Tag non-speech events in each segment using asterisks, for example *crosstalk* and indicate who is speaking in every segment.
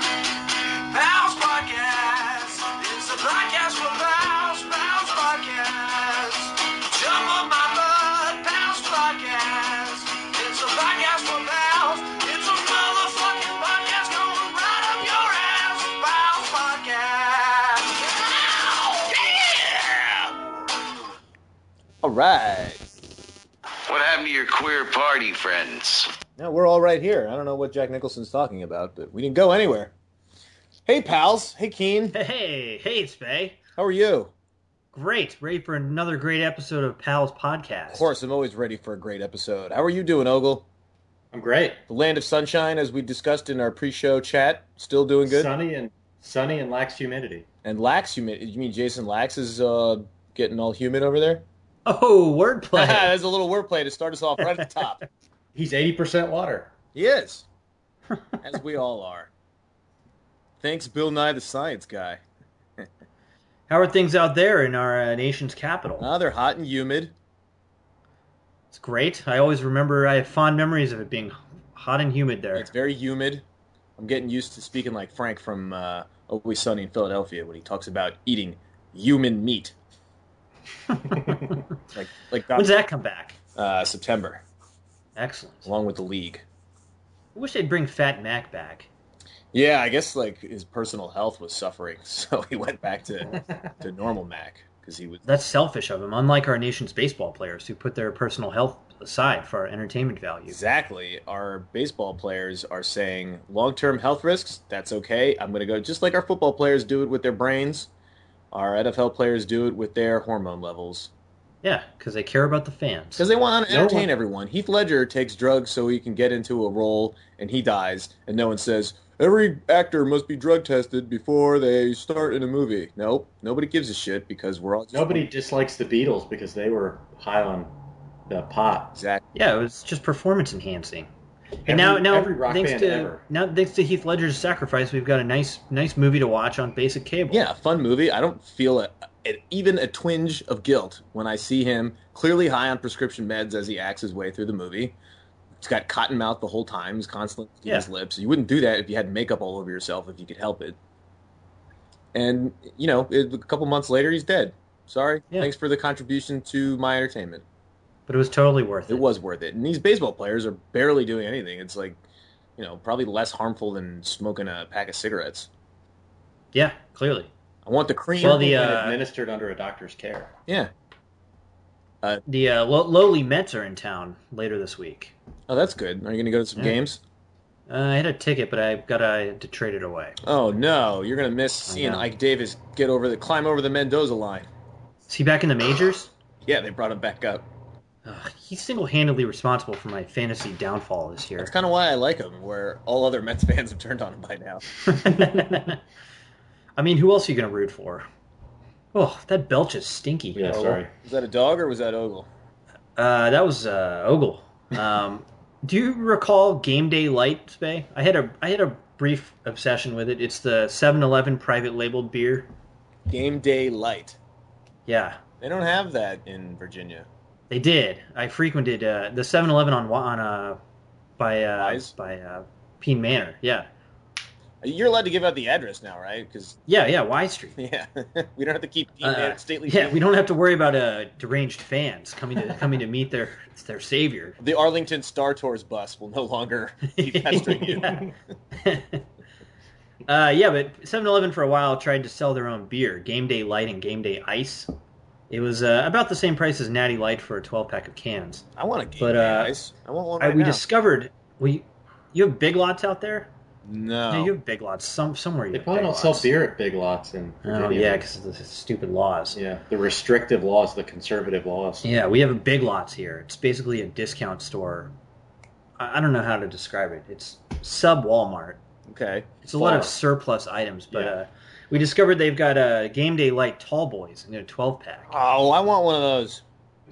Speaker 1: Bounce Podcast. It's a podcast from Bounce, Bounce Podcast. Jump on my butt, Bounce Podcast. It's a podcast from Bounce. It's a motherfucking podcast going right up your ass. Bounce Podcast.
Speaker 2: All right.
Speaker 1: What happened to your queer party friends?
Speaker 2: Now we're all right here. I don't know what Jack Nicholson's talking about, but we didn't go anywhere. Hey, pals. Hey, Keen.
Speaker 3: Hey, hey, it's Bay.
Speaker 2: How are you?
Speaker 3: Great, ready for another great episode of Pals Podcast.
Speaker 2: Of course, I'm always ready for a great episode. How are you doing, Ogle?
Speaker 4: I'm great.
Speaker 2: The land of sunshine, as we discussed in our pre-show chat, still doing good.
Speaker 4: Sunny and sunny and lacks humidity.
Speaker 2: And Lax, you mean, you mean Jason Lax is uh, getting all humid over there?
Speaker 3: Oh,
Speaker 2: *laughs*
Speaker 3: wordplay.
Speaker 2: That's a little wordplay to start us off right at the top.
Speaker 4: He's eighty percent water.
Speaker 2: *laughs* He is, as we all are. Thanks, Bill Nye the Science Guy.
Speaker 3: How are things out there in our uh, nation's capital?
Speaker 2: Ah, they're hot and humid.
Speaker 3: it's great. I always remember. I have fond memories of it being hot and humid there.
Speaker 2: It's *laughs* very humid. I'm getting used to speaking like Frank from uh, Always Sunny in Philadelphia when he talks about eating human meat. like like
Speaker 3: *laughs* When's
Speaker 2: that?
Speaker 3: that come back?
Speaker 2: Uh, September,
Speaker 3: Excellent. I
Speaker 2: along with the league.
Speaker 3: wish they'd bring Fat Mac back.
Speaker 2: Yeah, I guess like his personal health was suffering, *laughs* so he went back to to normal Mac because he was.
Speaker 3: That's selfish of him. Unlike our nation's baseball players, who put their personal health aside for our entertainment value.
Speaker 2: Exactly. Our baseball players are saying long term health risks, that's okay. I'm going to go just like our football players do it with their brains. Our NFL players do it with their hormone levels.
Speaker 3: Yeah, because they care about the fans.
Speaker 2: Because they want to
Speaker 4: No
Speaker 2: entertain
Speaker 4: one-
Speaker 2: everyone. Heath Ledger takes drugs so he can get into a role and he dies, and no one says, every actor must be drug tested before they start in a movie. Nope. Nobody gives a shit because we're all just.
Speaker 4: Nobody dislikes the Beatles because they were high on the pot.
Speaker 2: Exactly.
Speaker 3: Yeah, it was just performance enhancing.
Speaker 4: Every-
Speaker 3: and now, now
Speaker 4: every rock
Speaker 3: thanks
Speaker 4: band
Speaker 3: to
Speaker 4: ever.
Speaker 3: now thanks to Heath Ledger's sacrifice, we've got a nice nice movie to watch on basic cable.
Speaker 2: Yeah, fun movie. I don't feel a, a, even a twinge of guilt when I see him clearly high on prescription meds as he acts his way through the movie. He's got cotton mouth the whole time. He's constantly licking his
Speaker 3: Yeah.
Speaker 2: lips. You wouldn't do that if you had makeup all over yourself if you could help it. And you know, it, a couple months later, he's dead. Sorry.
Speaker 3: Yeah.
Speaker 2: Thanks for the contribution to my entertainment.
Speaker 3: but it was totally worth it.
Speaker 2: It was worth it. And these baseball players are barely doing anything. It's like, you know, probably less harmful than smoking a pack of cigarettes.
Speaker 3: Yeah, clearly.
Speaker 2: I want the cream.
Speaker 3: Well, the,
Speaker 4: And
Speaker 3: uh,
Speaker 4: administered under a doctor's care.
Speaker 2: yeah.
Speaker 3: The uh, lo- lowly Mets are in town later this week.
Speaker 2: Oh, that's good. Are you going to go to some
Speaker 3: Yeah.
Speaker 2: games?
Speaker 3: Uh, I had a ticket, but I got I had to trade it away.
Speaker 2: Oh no, you're going to miss seeing
Speaker 3: know.
Speaker 2: Ike Davis get over the climb over the Mendoza line.
Speaker 3: Is he back in the majors?
Speaker 2: Yeah, they brought him back up.
Speaker 3: Ugh, he's single-handedly responsible for my fantasy downfall this year.
Speaker 2: That's kind of why I like him. Where all other Mets *laughs* fans have turned on him by now.
Speaker 3: *laughs* I mean, who else are you going to root for? Oh, that belch is stinky.
Speaker 4: Yeah,
Speaker 2: Oh.
Speaker 4: sorry.
Speaker 2: Was that a dog or was that Ogle?
Speaker 3: Uh, that was uh, Ogle. Um, do you recall Game Day Light, Spay? I had a I had a brief obsession with it. It's the 7-Eleven private labeled beer.
Speaker 2: Game day light.
Speaker 3: Yeah,
Speaker 2: They don't have that in Virginia.
Speaker 3: they did. I frequented uh, the 7-Eleven on Wa- on uh, by uh,
Speaker 2: Wise?
Speaker 3: by uh, Peen Manor. Yeah,
Speaker 2: Uh, You're allowed to give out the address now, right? Because
Speaker 3: yeah, yeah. Y Street.
Speaker 2: *laughs* yeah, *laughs* we don't have to keep
Speaker 3: Uh,
Speaker 2: uh, stately.
Speaker 3: Yeah, we don't have to worry about uh, deranged fans coming to coming to meet their their savior.
Speaker 2: *laughs* The Arlington Star Tours bus will no longer *laughs*
Speaker 3: *laughs*
Speaker 2: be
Speaker 4: *laughs*
Speaker 2: pestering you.
Speaker 3: yeah. *laughs* uh, yeah, but 7-Eleven for a while tried to sell their own beer, Game Day Light and Game Day Ice. It was uh, about the same price as Natty Light for a 12-pack of cans.
Speaker 2: I want a game
Speaker 3: But,
Speaker 2: day
Speaker 3: uh,
Speaker 2: ice. I want one
Speaker 4: Oh,
Speaker 3: I,
Speaker 2: right
Speaker 3: we
Speaker 2: now.
Speaker 3: discovered we you have Big Lots out there.
Speaker 2: no.
Speaker 3: Yeah, you have Big Lots some somewhere. You
Speaker 4: They
Speaker 3: have
Speaker 4: probably
Speaker 3: Big
Speaker 4: don't sell
Speaker 3: Lots.
Speaker 4: beer at big lots in
Speaker 3: Oh
Speaker 4: Virginia.
Speaker 3: yeah, because of the stupid laws.
Speaker 4: Yeah, The restrictive laws, the conservative laws.
Speaker 3: Yeah, we have a Big Lots here. It's basically a discount store. I, I don't know how to describe it. It's sub Walmart.
Speaker 2: okay.
Speaker 3: It's a lot of
Speaker 4: Far.
Speaker 3: surplus items, but
Speaker 4: Yeah.
Speaker 3: uh, we discovered they've got uh, game day light tall boys in a 12 pack.
Speaker 2: Oh, I want one of those.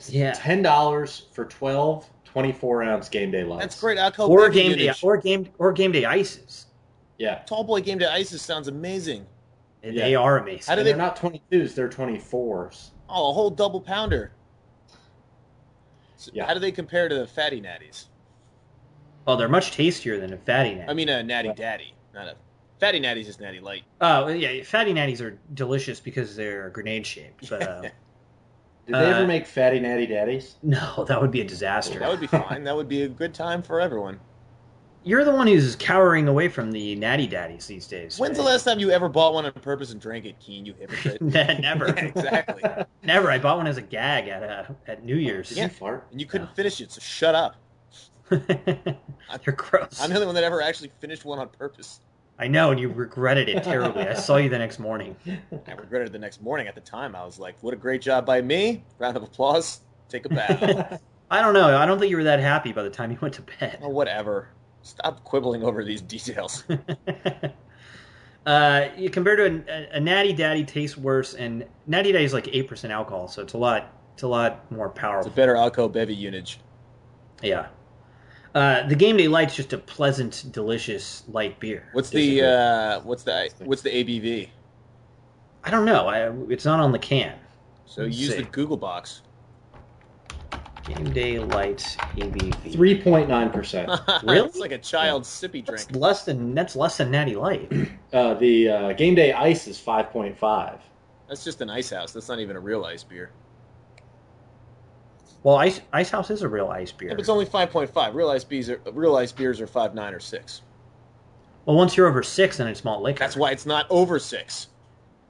Speaker 3: Yeah.
Speaker 4: Ten dollars for 12 24 ounce game day lights.
Speaker 2: That's great. Alco
Speaker 3: Or
Speaker 2: Baby
Speaker 3: game day,
Speaker 2: Units.
Speaker 3: or game, or game day ices.
Speaker 4: Yeah.
Speaker 2: Tall boy game to ISIS sounds amazing.
Speaker 3: And
Speaker 4: Yeah.
Speaker 3: They are
Speaker 2: How
Speaker 3: amazing.
Speaker 2: do
Speaker 4: And
Speaker 2: they?
Speaker 4: they're not twenty twos, they're twenty fours.
Speaker 2: Oh, a whole double pounder. So
Speaker 4: Yeah.
Speaker 2: How do they compare to the fatty natties?
Speaker 3: Oh, they're much tastier than a fatty natty.
Speaker 2: I mean, a natty daddy, not a fatty natty's just natty light.
Speaker 3: oh yeah, fatty natties are delicious because they're grenade shaped. But
Speaker 2: *laughs*
Speaker 3: uh,
Speaker 4: Did they
Speaker 3: Uh,
Speaker 4: ever make fatty natty daddies?
Speaker 3: no, that would be a disaster.
Speaker 2: That would be fine. that would be a good time for
Speaker 4: *laughs*
Speaker 2: everyone.
Speaker 3: You're the one who's cowering away from the natty daddies these days.
Speaker 2: When's the
Speaker 3: right?
Speaker 2: last time you ever bought one on purpose and drank it, Keen? You hypocrite. *laughs*
Speaker 3: Ne-
Speaker 2: Yeah,
Speaker 3: *laughs* Never,
Speaker 2: exactly.
Speaker 4: *laughs*
Speaker 3: never. I bought one as a gag at uh, at
Speaker 2: Oh,
Speaker 3: New Year's.
Speaker 4: Did you fart? *laughs*
Speaker 2: And you couldn't
Speaker 3: No.
Speaker 2: finish it, so shut up.
Speaker 3: *laughs* They're gross.
Speaker 2: I'm the only one that ever actually finished one on purpose.
Speaker 3: I know, and you regretted it terribly. I saw you the next morning.
Speaker 2: I regretted it the next morning. At the time, I was like, "What a great job by me!" Round of applause. Take a
Speaker 3: *laughs*
Speaker 2: bow.
Speaker 3: I don't know. I don't think you were that happy by the time you went to bed.
Speaker 2: oh, whatever. Stop quibbling over these
Speaker 3: *laughs*
Speaker 2: details. Oh.
Speaker 3: uh, you- compared to a, a natty daddy, tastes worse, and natty daddy is like eight percent alcohol, so it's a lot. It's a lot more
Speaker 2: It's a
Speaker 3: powerful.
Speaker 2: better alcohol bevy unage.
Speaker 3: yeah. Uh, the game day light's just a pleasant, delicious light beer.
Speaker 2: What's
Speaker 4: Disagree.
Speaker 2: the uh, what's the what's the ABV?
Speaker 3: I don't know. I, it's not on the can.
Speaker 2: So
Speaker 3: Let's
Speaker 2: use
Speaker 3: see.
Speaker 2: the Google box. *laughs*
Speaker 3: Game day light ABV.
Speaker 4: Three point nine percent.
Speaker 3: Really?
Speaker 2: it's like a child's sippy drink.
Speaker 3: That's less than that's less than
Speaker 2: *clears throat*
Speaker 3: natty light.
Speaker 4: Uh, the uh, game day ice is five point five.
Speaker 2: That's just an ice house. That's not even a real ice beer.
Speaker 3: Well, ice ice house is a real ice beer.
Speaker 2: If it's only five point five, real ice beers are real ice beers are five nine or six.
Speaker 3: well, once you're over six, then it's malt liquor.
Speaker 2: That's why it's not over six.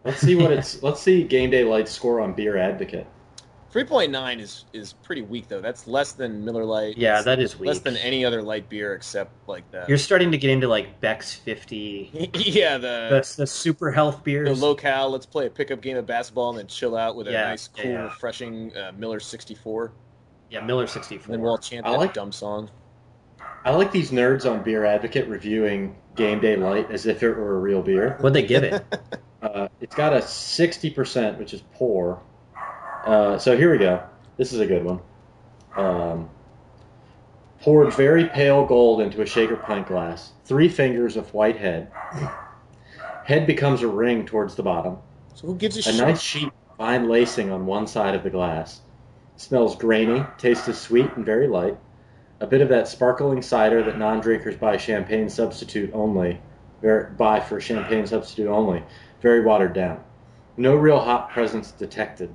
Speaker 4: Let's see
Speaker 3: *laughs*
Speaker 4: what it's. let's see game day light score on Beer Advocate.
Speaker 2: Three point nine is is pretty weak though. That's less than Miller Lite.
Speaker 3: Yeah,
Speaker 2: It's
Speaker 3: that is weak.
Speaker 2: less than any other light beer except like that.
Speaker 3: You're starting to get into like Beck's fifty.
Speaker 2: *laughs* yeah, the
Speaker 3: That's the super health beers.
Speaker 2: the locale. Let's play a pickup game of basketball and then chill out with a
Speaker 3: Yeah,
Speaker 2: nice,
Speaker 3: yeah,
Speaker 2: cool,
Speaker 3: yeah.
Speaker 2: refreshing uh, Miller sixty four.
Speaker 3: yeah, Miller
Speaker 2: And
Speaker 3: 64.
Speaker 2: then we'll all chant
Speaker 4: I
Speaker 2: that
Speaker 4: like-
Speaker 2: dumb song.
Speaker 4: I like these nerds on Beer Advocate reviewing game day light as if it were a real beer.
Speaker 3: *laughs* What'd they
Speaker 2: *laughs*
Speaker 3: give it?
Speaker 4: Uh, it's got a 60%, which is poor. Uh, so here we go. This is a good one. Um, poured very pale gold into a shaker pint glass, three fingers of white head. Head becomes a ring towards the bottom.
Speaker 2: So who gives a,
Speaker 4: A
Speaker 2: shit?
Speaker 4: nice sheet of fine lacing on one side of the glass. Smells grainy, tastes is sweet and very light. A bit of that sparkling cider that non drinkers buy champagne substitute only, ver buy for champagne substitute only, very watered down. No real hop presence detected.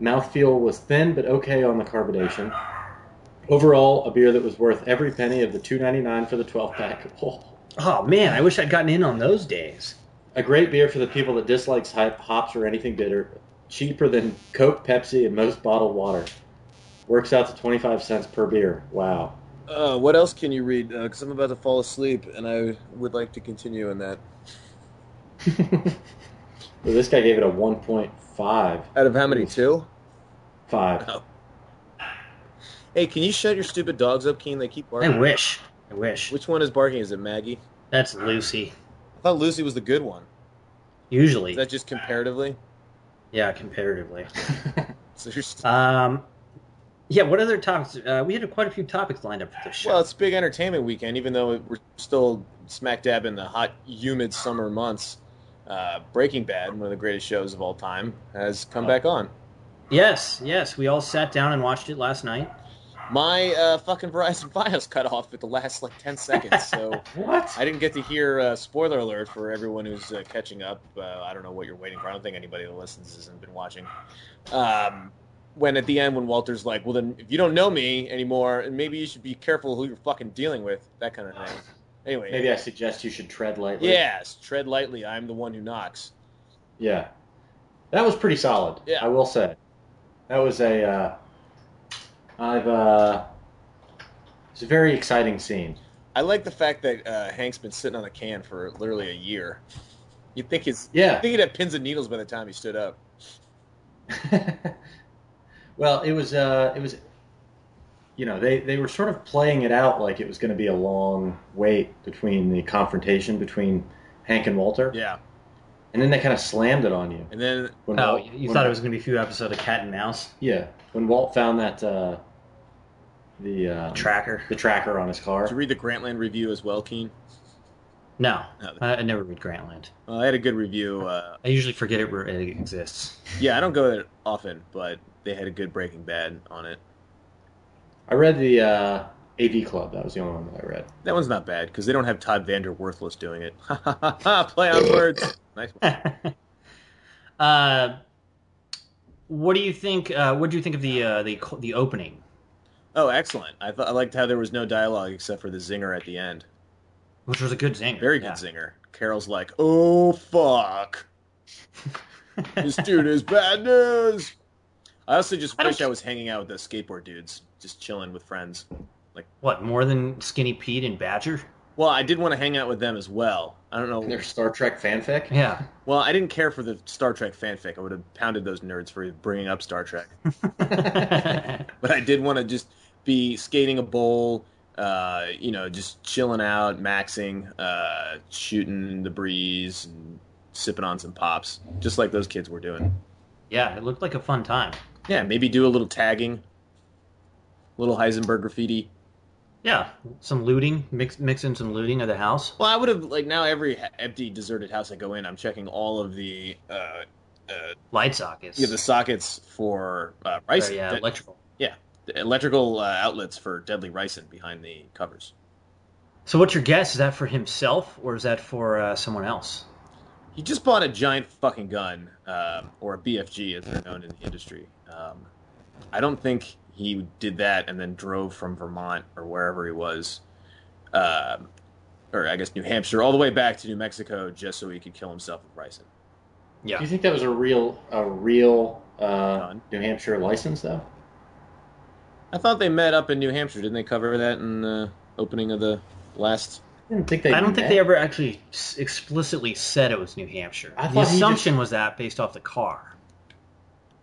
Speaker 4: Mouthfeel was thin but okay on the carbonation. Overall, a beer that was worth every penny of the two ninety nine for the twelve pack. *laughs* Oh.
Speaker 3: Oh man, I wish I'd gotten in on those days.
Speaker 4: A great beer for the people that dislikes hop- hops or anything bitter. Cheaper than Coke, Pepsi, and most bottled water. Works out to 25 cents per beer. Wow.
Speaker 2: Uh, what else can you read? Because I'm about to fall asleep, and I would like to continue in that.
Speaker 4: Well, this guy gave it a 1.55.
Speaker 2: Out of how many? Two. Oh. Hey, can you shut your stupid dogs up, Keen? They keep
Speaker 3: I
Speaker 2: barking.
Speaker 3: wish. I wish.
Speaker 2: Which one is barking? Is it Maggie?
Speaker 3: That's Lucy.
Speaker 2: I thought Lucy was the good one.
Speaker 3: Usually,
Speaker 2: Is that just comparatively?
Speaker 3: yeah, comparatively.
Speaker 2: So you're st-
Speaker 3: Um, yeah. What other topics? Uh, we had quite a few topics lined up for this show.
Speaker 2: well, it's big entertainment weekend, even though we're still smack dab in the hot, humid summer months. Uh, Breaking Bad, one of the greatest shows of all time, has come back on.
Speaker 3: yes, yes. We all sat down and watched it last night.
Speaker 2: My uh, fucking Verizon *laughs* Fios cut off at the last like ten seconds, so
Speaker 4: What?
Speaker 2: I didn't get to hear uh, spoiler alert for everyone who's uh, catching up. Uh, I don't know what you're waiting for. I don't think anybody that listens hasn't been watching. Um, when at the end, when Walter's like, "Well, then if you don't know me anymore, and maybe you should be careful who you're fucking dealing with," that kind of thing. Anyway,
Speaker 4: Maybe I suggest you should tread lightly.
Speaker 2: yes, tread lightly. I'm the one who knocks.
Speaker 4: Yeah. That was pretty solid.
Speaker 2: Yeah.
Speaker 4: I will say. That was a. Uh, I've. Uh, it's a very exciting scene.
Speaker 2: I like the fact that uh, Hank's been sitting on a can for literally a year. You'd think his,
Speaker 4: Yeah.
Speaker 2: I think he'd have pins and needles by the time he stood up.
Speaker 4: *laughs* well, it was uh, it was you know they, they were sort of playing it out like it was going to be a long wait between the confrontation between Hank and Walter,
Speaker 2: Yeah,
Speaker 4: and then they kind of slammed it on you.
Speaker 2: and then
Speaker 4: When
Speaker 3: Oh,
Speaker 4: Walt-
Speaker 3: you you
Speaker 4: when-
Speaker 3: thought it was going to be a few episodes of Cat and Mouse
Speaker 4: yeah when Walt found that uh, the uh,
Speaker 3: Tracker?
Speaker 4: the tracker on his car.
Speaker 2: did you read the Grantland review as well, Keen?
Speaker 3: No,
Speaker 2: No.
Speaker 3: I, I never read Grantland.
Speaker 2: Well, I had a good review. Uh,
Speaker 3: I usually forget it, where it exists. *laughs*
Speaker 2: Yeah, I don't go there often, but they had a good Breaking Bad on it.
Speaker 4: I read the uh, AV Club. That was the only one that I read.
Speaker 2: That one's not bad because they don't have Todd Vander Worthless doing it. *laughs* Ha ha ha ha! Play on
Speaker 3: *laughs*
Speaker 2: words. Nice one.
Speaker 3: uh, what do you think? Uh, what do you think of the uh, the co- the opening?
Speaker 2: Oh, excellent! I thought I liked how there was no dialogue except for the zinger at the end.
Speaker 3: Which was a good zinger.
Speaker 2: Very good zinger. Carol's like, "Oh
Speaker 3: *laughs*
Speaker 2: fuck, this dude is bad news." I also just
Speaker 3: I don't-
Speaker 2: wish I was hanging out with those skateboard dudes, just chilling with friends.
Speaker 3: What more than Skinny Pete and Badger?
Speaker 2: Well, I did want to hang out with them as well. I don't know.
Speaker 4: Their Star Trek fanfic.
Speaker 3: Yeah,
Speaker 2: *laughs* Well, I didn't care for the Star Trek fanfic. I would have pounded those nerds for bringing up Star Trek. *laughs* but I did want to just be skating a bowl, uh, you know, just chilling out, maxing, uh, shooting the breeze, and sipping on some pops, just like those kids were doing.
Speaker 3: yeah, it looked like a fun time.
Speaker 2: Yeah, maybe do a little tagging, little Heisenberg graffiti.
Speaker 3: Yeah, some looting, mix mix in some looting of the house.
Speaker 2: Well, I would have like now every ha- empty, deserted house I go in, I'm checking all of the uh,
Speaker 3: Light sockets.
Speaker 2: yeah, the sockets for uh, rice,
Speaker 3: Or, Oh, yeah,
Speaker 2: the-
Speaker 3: electrical.
Speaker 2: the electrical uh, outlets for deadly ricin behind the covers.
Speaker 3: So, what's your guess? Is that for himself or is that for uh, someone else?
Speaker 2: He just bought a giant fucking gun, um, or a BFG as they're known in the industry. Um, I don't think he did that and then drove from Vermont or wherever he was, um, or I guess New Hampshire, all the way back to New Mexico just so he could kill himself with ricin.
Speaker 3: Yeah.
Speaker 4: Do you think that was a real a real uh,
Speaker 2: Done.
Speaker 4: New Hampshire license though?
Speaker 2: I thought they met up in New Hampshire. Didn't they cover that in the opening of the last?
Speaker 4: I didn't think they.
Speaker 3: I don't think
Speaker 4: met.
Speaker 3: they ever actually s- explicitly said it was New Hampshire.
Speaker 4: I
Speaker 3: the
Speaker 4: thought he
Speaker 3: assumption was that based off the car.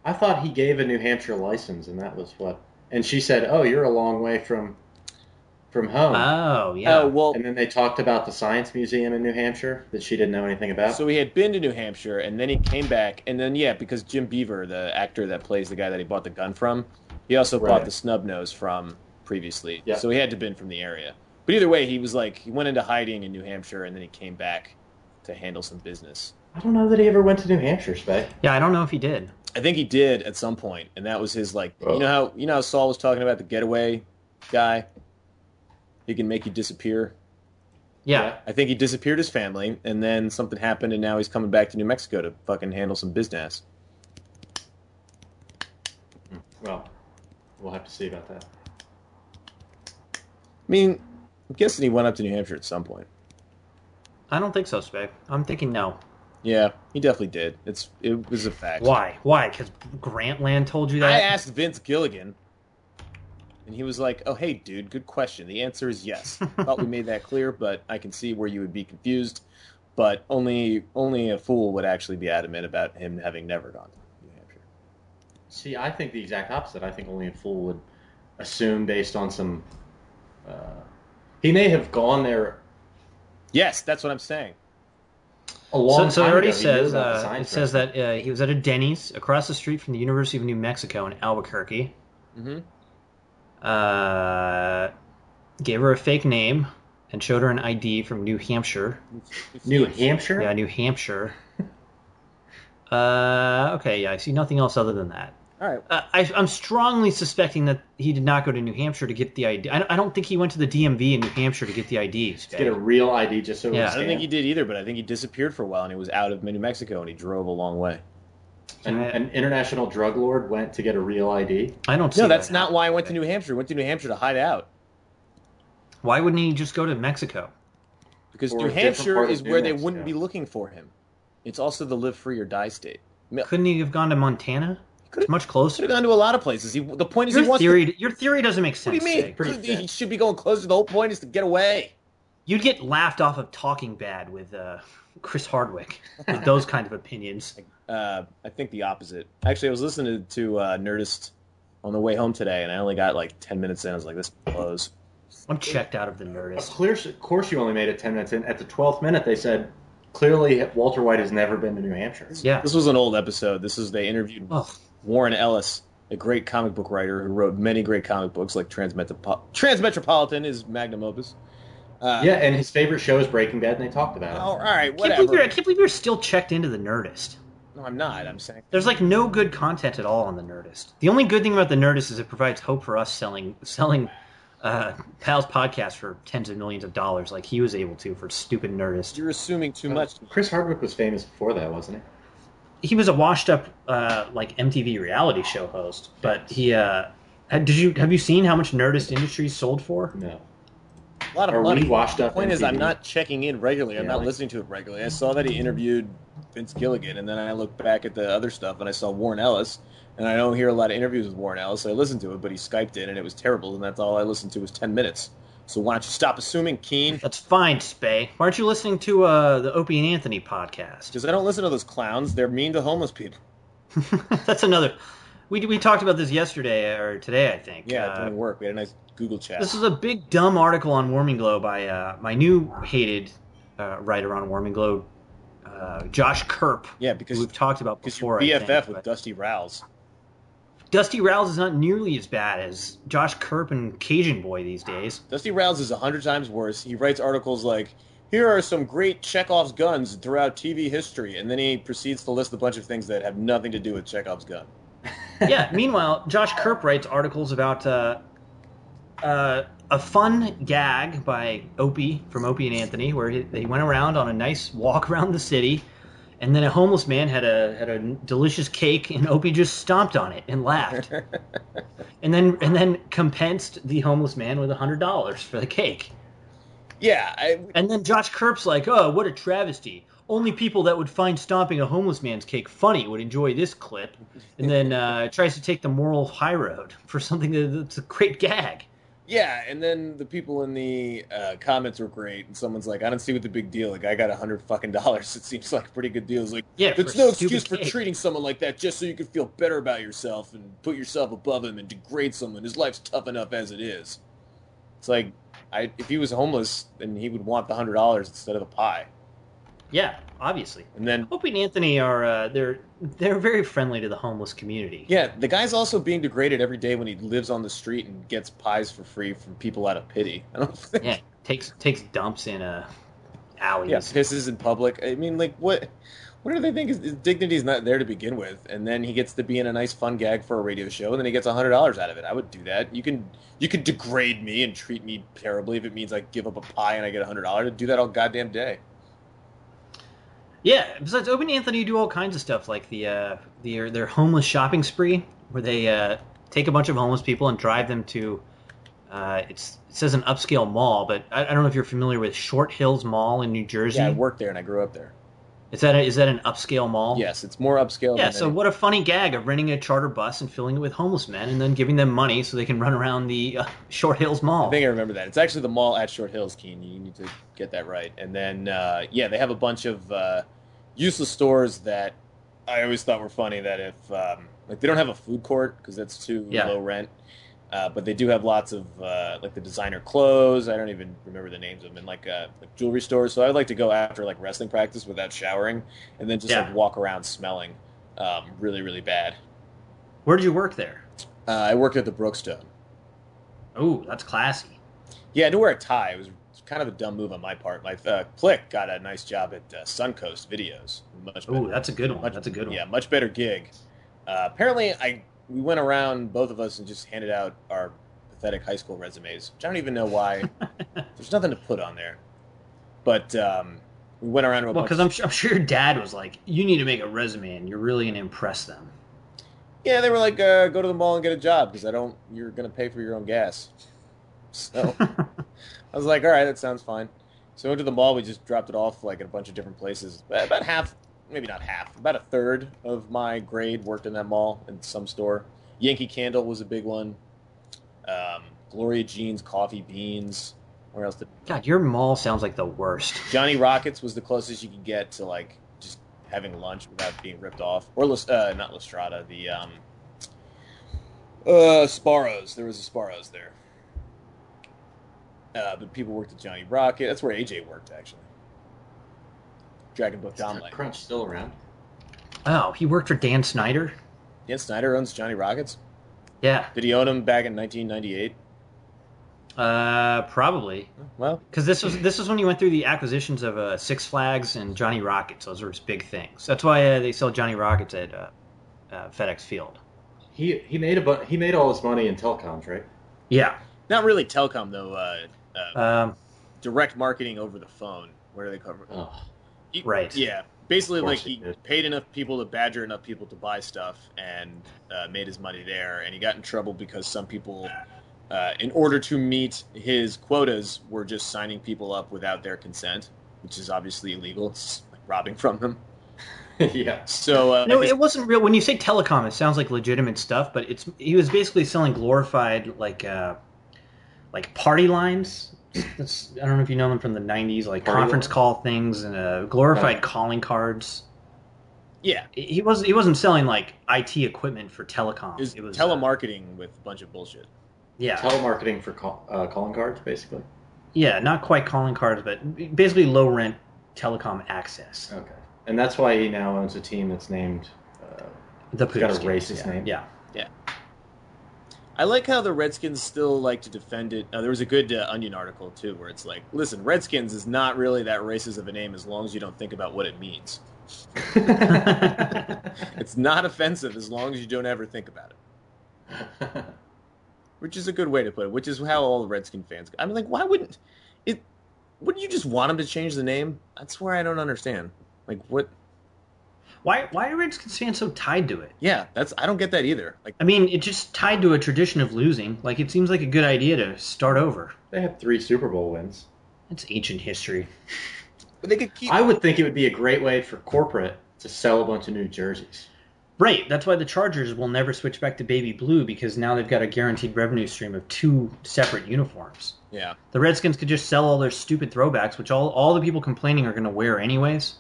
Speaker 4: I thought he gave a New Hampshire license, and that was what. And she said, "Oh, you're a long way from from home."
Speaker 3: Oh, yeah.
Speaker 2: Oh well,
Speaker 4: and then they talked about the science museum in New Hampshire that she didn't know anything about.
Speaker 2: So he had been to New Hampshire, and then he came back, and then yeah, because Jim Beaver, the actor that plays the guy that he bought the gun from, he also bought
Speaker 4: Right.
Speaker 2: the snub nose from previously.
Speaker 4: Yeah.
Speaker 2: So he had to have been from the area. But either way, he was like he went into hiding in New Hampshire, and then he came back to handle some business.
Speaker 4: I don't know that he ever went to New Hampshire, Spay.
Speaker 3: yeah, I don't know if he did.
Speaker 2: I think he did at some point, and that was his like
Speaker 4: Oh.
Speaker 2: you know how you know how Saul was talking about the getaway guy. He can make you disappear.
Speaker 3: Yeah.
Speaker 2: I think he disappeared his family, and then something happened, and now he's coming back to New Mexico to fucking handle some business.
Speaker 4: Well, we'll have to see about that.
Speaker 2: I mean, I'm guessing he went up to New Hampshire at some point.
Speaker 3: I don't think so, Spec. I'm thinking no.
Speaker 2: Yeah, he definitely did. It's it was a fact.
Speaker 3: Why? Why? Because Grantland told you that?
Speaker 2: I asked Vince Gilligan, and he was like, "Oh, hey, dude, good question. The answer is
Speaker 3: *laughs*
Speaker 2: yes. Thought we made that clear, but I can see where you would be confused. But only only a fool would actually be adamant about him having never gone to New Hampshire.
Speaker 4: See, I think the exact opposite. I think only a fool would assume based on some. Uh, he may have gone there
Speaker 2: Yes, that's what I'm saying.
Speaker 4: a
Speaker 3: so,
Speaker 4: long
Speaker 3: so it
Speaker 4: time
Speaker 3: already
Speaker 4: ago. He knew
Speaker 3: says
Speaker 4: about the
Speaker 3: uh, it
Speaker 4: science
Speaker 3: says
Speaker 4: restaurant.
Speaker 3: that uh, he was at a Denny's across the street from the University of New Mexico in Albuquerque.
Speaker 4: Mm-hmm.
Speaker 2: hmm
Speaker 3: Uh, gave her a fake name and showed her an ID from New Hampshire.
Speaker 4: New Hampshire.
Speaker 3: Yeah, New Hampshire. uh, okay, yeah, I see nothing else other than that.
Speaker 2: All right.
Speaker 3: Uh, I, I'm strongly suspecting that he did not go to New Hampshire to get the ID. I, I don't think he went to the DMV in New Hampshire to get the IDs.
Speaker 4: Get a real ID just so. it
Speaker 3: Yeah.
Speaker 4: was
Speaker 2: I don't think he
Speaker 4: scanned.
Speaker 2: did either, but I think he disappeared for a while, and he was out of New Mexico, and he drove a long way.
Speaker 4: An, an international drug lord went to get a real ID.
Speaker 3: I don't. See
Speaker 2: No, that's
Speaker 3: that
Speaker 2: not
Speaker 3: happening.
Speaker 2: why I went to New Hampshire. I went to New Hampshire to hide out.
Speaker 3: Why wouldn't he just go to Mexico?
Speaker 2: because
Speaker 4: Or
Speaker 2: New
Speaker 4: a different
Speaker 2: Hampshire
Speaker 4: part of
Speaker 2: is
Speaker 4: New
Speaker 2: where they
Speaker 4: Mexico.
Speaker 2: wouldn't be looking for him. It's also the live free or die state. Yeah.
Speaker 3: Couldn't he have gone to Montana?
Speaker 2: Could've-
Speaker 3: It's much
Speaker 2: Should have
Speaker 3: closer.
Speaker 2: gone to a lot of places. He, the point is, he
Speaker 3: Your
Speaker 2: wants.
Speaker 3: theory, your theory doesn't make
Speaker 2: to,
Speaker 3: sense.
Speaker 2: what do you mean?
Speaker 3: Jake.
Speaker 4: pretty
Speaker 2: He
Speaker 4: thin.
Speaker 2: should be going closer. The whole point is to get away.
Speaker 3: You'd get laughed off of talking bad with uh, Chris Hardwick
Speaker 2: *laughs*
Speaker 3: with those kind of opinions.
Speaker 2: Uh, I think the opposite. Actually, I was listening to, to uh, Nerdist on the way home today, and I only got like ten minutes in. I was like, "This blows."
Speaker 3: I'm checked out of the
Speaker 4: Of
Speaker 3: Nerdist.
Speaker 4: course, of course, you only made it ten minutes in. At the twelfth minute, they said clearly Walter White has never been to New Hampshire.
Speaker 3: Yeah.
Speaker 2: This was an old episode. This is they interviewed
Speaker 3: Oh,
Speaker 2: Warren Ellis, a great comic book writer who wrote many great comic books, like Transmetropo- Transmetropolitan is magnum opus. Uh,
Speaker 4: Yeah, and his favorite show is Breaking Bad, and they talked about it.
Speaker 2: all right,
Speaker 3: can't believe
Speaker 2: whatever.
Speaker 3: you're, I can't believe you're still checked into the Nerdist.
Speaker 2: No, I'm not. I'm saying
Speaker 3: There's like no good content at all on the Nerdist. The only good thing about the Nerdist is it provides hope for us selling selling uh, Pal's podcast for tens of millions of dollars, like he was able to for stupid Nerdist.
Speaker 2: You're assuming too much.
Speaker 4: Chris Hardwick was famous before that, wasn't he?
Speaker 3: He was a washed-up uh, like MTV reality show host, but he uh, had- did you have you seen how much Nerdist Industries sold for?
Speaker 4: No.
Speaker 2: A lot of
Speaker 4: Are
Speaker 2: money.
Speaker 4: we washed up?
Speaker 2: The point is,
Speaker 4: MTV?
Speaker 2: I'm not checking in regularly. I'm
Speaker 4: Yeah.
Speaker 2: not listening to it regularly. I saw that he interviewed Vince Gilligan, and then I looked back at the other stuff, and I saw Warren Ellis. And I don't hear a lot of interviews with Warren Ellis. So I listened to it, but he skyped in, and it was terrible. And that's all I listened to was ten minutes. So why don't you stop assuming, Keen?
Speaker 3: That's fine, Spay. Why aren't you listening to uh, the Opie and Anthony podcast? *laughs*
Speaker 2: Because I don't listen to those clowns. They're mean to homeless people.
Speaker 3: That's another. We we talked about this yesterday or today, I think.
Speaker 2: Yeah,
Speaker 3: Uh,
Speaker 2: it didn't work. We had a nice Google chat.
Speaker 3: This is a big dumb article on Warming Glow by uh, my new hated uh, writer on Warming Glow, uh, Josh Kerp.
Speaker 2: yeah,
Speaker 3: who
Speaker 2: because
Speaker 3: We've talked about
Speaker 2: because
Speaker 3: before.
Speaker 2: you're
Speaker 3: I think,
Speaker 2: BFF with
Speaker 3: but-
Speaker 2: Dusty Rouse.
Speaker 3: Dusty Rouse is not nearly as bad as Josh Kerp and Cajun Boy these days.
Speaker 2: Dusty Rouse is a hundred times worse. He writes articles like, "Here are some great Chekhov's guns throughout TV history," and then he proceeds to list a bunch of things that have nothing to do with Chekhov's gun.
Speaker 3: yeah. Meanwhile, Josh Kerp writes articles about uh, uh, a fun gag by Opie from Opie and Anthony, where he, they went around on a nice walk around the city, and then a homeless man had a had a delicious cake, and Opie just stomped on it and laughed, and then and then compensed the homeless man with hundred dollars for the cake.
Speaker 2: Yeah, I,
Speaker 3: And then Josh Kerp's like, oh, what a travesty. Only people that would find stomping a homeless man's cake funny would enjoy this clip. And then uh, tries to take the moral high road *laughs* for something that- that's a great gag.
Speaker 2: yeah. And then the people in the uh, comments were great, and someone's like, "I don't see what the big deal. Like, I got a hundred fucking dollars. *laughs* It seems like a pretty good deal." It's like,
Speaker 3: Yeah,
Speaker 2: There's
Speaker 3: for
Speaker 2: no
Speaker 3: stupid
Speaker 2: excuse for
Speaker 3: cake.
Speaker 2: treating someone like that just so you can feel better about yourself and put yourself above him and degrade someone. His life's tough enough as it is. It's like, I, if he was homeless, then he would want the hundred dollars instead of a pie.
Speaker 3: Yeah, obviously.
Speaker 2: And then,
Speaker 3: Opie and Anthony are uh, they're they're very friendly to the homeless community.
Speaker 2: yeah, the guy's also being degraded every day when he lives on the street and gets pies for free from people out of pity. I don't *laughs* think.
Speaker 3: Yeah, takes takes dumps in uh,
Speaker 2: yeah,
Speaker 3: alleys.
Speaker 2: pisses in public. I mean, like what? What do they think? Is, is dignity's not there to begin with, and then he gets to be in a nice fun gag for a radio show, and then he gets hundred dollars out of it. I would do that. You can you can degrade me and treat me terribly if it means I give up a pie and I get hundred dollars. Do that all goddamn day.
Speaker 3: Yeah. Besides, Open Anthony do all kinds of stuff, like the uh, the their homeless shopping spree, where they uh, take a bunch of homeless people and drive them to. Uh, it's it says an upscale mall, but I, I don't know if you're familiar with Short Hills Mall in New Jersey.
Speaker 2: Yeah, I worked there and I grew up there.
Speaker 3: is that a, is that an upscale mall?
Speaker 2: Yes, it's more upscale.
Speaker 3: Yeah.
Speaker 2: than
Speaker 3: So
Speaker 2: any-
Speaker 3: what a funny gag of renting a charter bus and filling it with homeless men, and then giving them money so they can run around the uh, Short Hills Mall.
Speaker 2: I think I remember that. It's actually the mall at Short Hills, Keen. You need to get that right. And then, uh, yeah, they have a bunch of uh, useless stores that I always thought were funny. That if um, like they don't have a food court because that's too
Speaker 3: Yeah.
Speaker 2: low rent, uh, but they do have lots of uh, like the designer clothes. I don't even remember the names of them. And like, uh, like jewelry stores. So I'd like to go after like wrestling practice without showering, and then just
Speaker 3: Yeah.
Speaker 2: like walk around smelling um, really really bad.
Speaker 3: Where did you work there?
Speaker 2: Uh, I worked at the Brookstone.
Speaker 3: Oh, that's classy.
Speaker 2: Yeah, I had to wear a tie. It was kind of a dumb move on my part. My uh, click got a nice job at uh, Suncoast Videos. Much better.
Speaker 3: Oh, that's a good one.
Speaker 2: much-
Speaker 3: That's a good one.
Speaker 2: Yeah, much better gig. Uh, apparently, I we went around both of us and just handed out our pathetic high school resumes, which I don't even know
Speaker 3: *laughs*
Speaker 2: why. There's nothing to put on there, but um, we went around to a bunch
Speaker 3: Well, because I'm, su- I'm sure your dad was like, you need to make a resume and you're really going to impress them.
Speaker 2: Yeah, they were like, uh, go to the mall and get a job because I don't. You're gonna pay for your own gas. *laughs* So I was like, all right, that sounds fine. So we went to the mall. We just dropped it off like at a bunch of different places. But About half, maybe not half, about a third of my grade worked in that mall in some store. Yankee Candle was a big one. Um, Gloria Jeans, Coffee Beans. Where else did
Speaker 3: God, your mall sounds like the worst.
Speaker 2: Johnny Rockets was the closest you could get to like just having lunch without being ripped off, or Las- uh, not Lestrada, the um, uh, Sparrows. There was a Sparrows there, uh, but people worked at Johnny Rocket. That's where AJ worked actually. Dragon Book
Speaker 4: Is Nut
Speaker 2: Dominic.
Speaker 4: Crunch still around?
Speaker 3: Oh, he worked for Dan Snyder?
Speaker 2: Dan Snyder owns Johnny Rockets.
Speaker 3: Yeah,
Speaker 2: Did he own them back in 1998?
Speaker 3: uh, probably.
Speaker 2: Well,
Speaker 3: Because this was this was when he went through the acquisitions of uh, Six Flags and Johnny Rockets. Those were his big things. That's why uh, they sell Johnny Rockets at uh, uh, FedEx Field.
Speaker 4: He he made a bu- he made all his money in telecoms, right?
Speaker 3: Yeah.
Speaker 2: Not really telecom though. Uh, uh,
Speaker 3: Um,
Speaker 2: direct marketing over the phone. Where do they cover?
Speaker 4: Oh,
Speaker 2: You-
Speaker 3: right.
Speaker 2: Yeah, basically,
Speaker 4: Of
Speaker 2: like
Speaker 4: course
Speaker 2: he
Speaker 4: it did.
Speaker 2: paid enough people to badger enough people to buy stuff and uh, made his money there. And he got in trouble because some people, uh, in order to meet his quotas, were just signing people up without their consent, which is obviously illegal. It's like robbing from them.
Speaker 4: *laughs* yeah.
Speaker 2: So uh,
Speaker 3: No,
Speaker 2: his-
Speaker 3: it wasn't real. When you say telecom, it sounds like legitimate stuff, but it's he was basically selling glorified like uh, like party lines. That's, I don't know if you know them from the '90s, like
Speaker 4: Party
Speaker 3: conference
Speaker 4: lines?
Speaker 3: call things and uh, glorified
Speaker 4: Right.
Speaker 3: calling cards.
Speaker 2: yeah,
Speaker 3: He- He wasn't he wasn't selling like IT equipment for telecom.
Speaker 2: it was,
Speaker 3: It was uh,
Speaker 2: telemarketing with a bunch of bullshit.
Speaker 3: yeah,
Speaker 4: Telemarketing for call, uh, calling cards, basically.
Speaker 3: yeah, not quite calling cards, but basically low rent telecom access.
Speaker 4: Okay. And that's why he now owns a team that's named. Uh,
Speaker 3: The
Speaker 4: He's got a
Speaker 3: Pooskins,
Speaker 4: racist
Speaker 3: yeah,
Speaker 4: name. *laughs*
Speaker 3: Yeah, *laughs*
Speaker 2: I like how the Redskins still like to defend it. Uh, there was a good uh, Onion article too, where it's like, "Listen, Redskins is not really that racist of a name as long as you don't think about what it means. It's not offensive as long as you don't ever think about it."
Speaker 4: uh, *laughs*
Speaker 2: Which is a good way to put it. Which is how all the Redskin fans. I'm like, why wouldn't it? Wouldn't you just want them to change the name? That's where I don't understand. Like, what?
Speaker 3: Why why are Redskins fans so tied to it?
Speaker 2: Yeah, that's I don't get that either. Like,
Speaker 3: I mean, it's just tied to a tradition of losing. Like, it seems like a good idea to start over.
Speaker 4: they have three Super Bowl wins.
Speaker 3: It's ancient history.
Speaker 2: but they could keep.
Speaker 4: I would think it would be a great way for corporate to sell a bunch of new jerseys.
Speaker 3: Right. That's why the Chargers will never switch back to baby blue because now they've got a guaranteed revenue stream of two separate uniforms.
Speaker 2: yeah,
Speaker 3: The Redskins could just sell all their stupid throwbacks, which all, all the people complaining are going to wear anyways.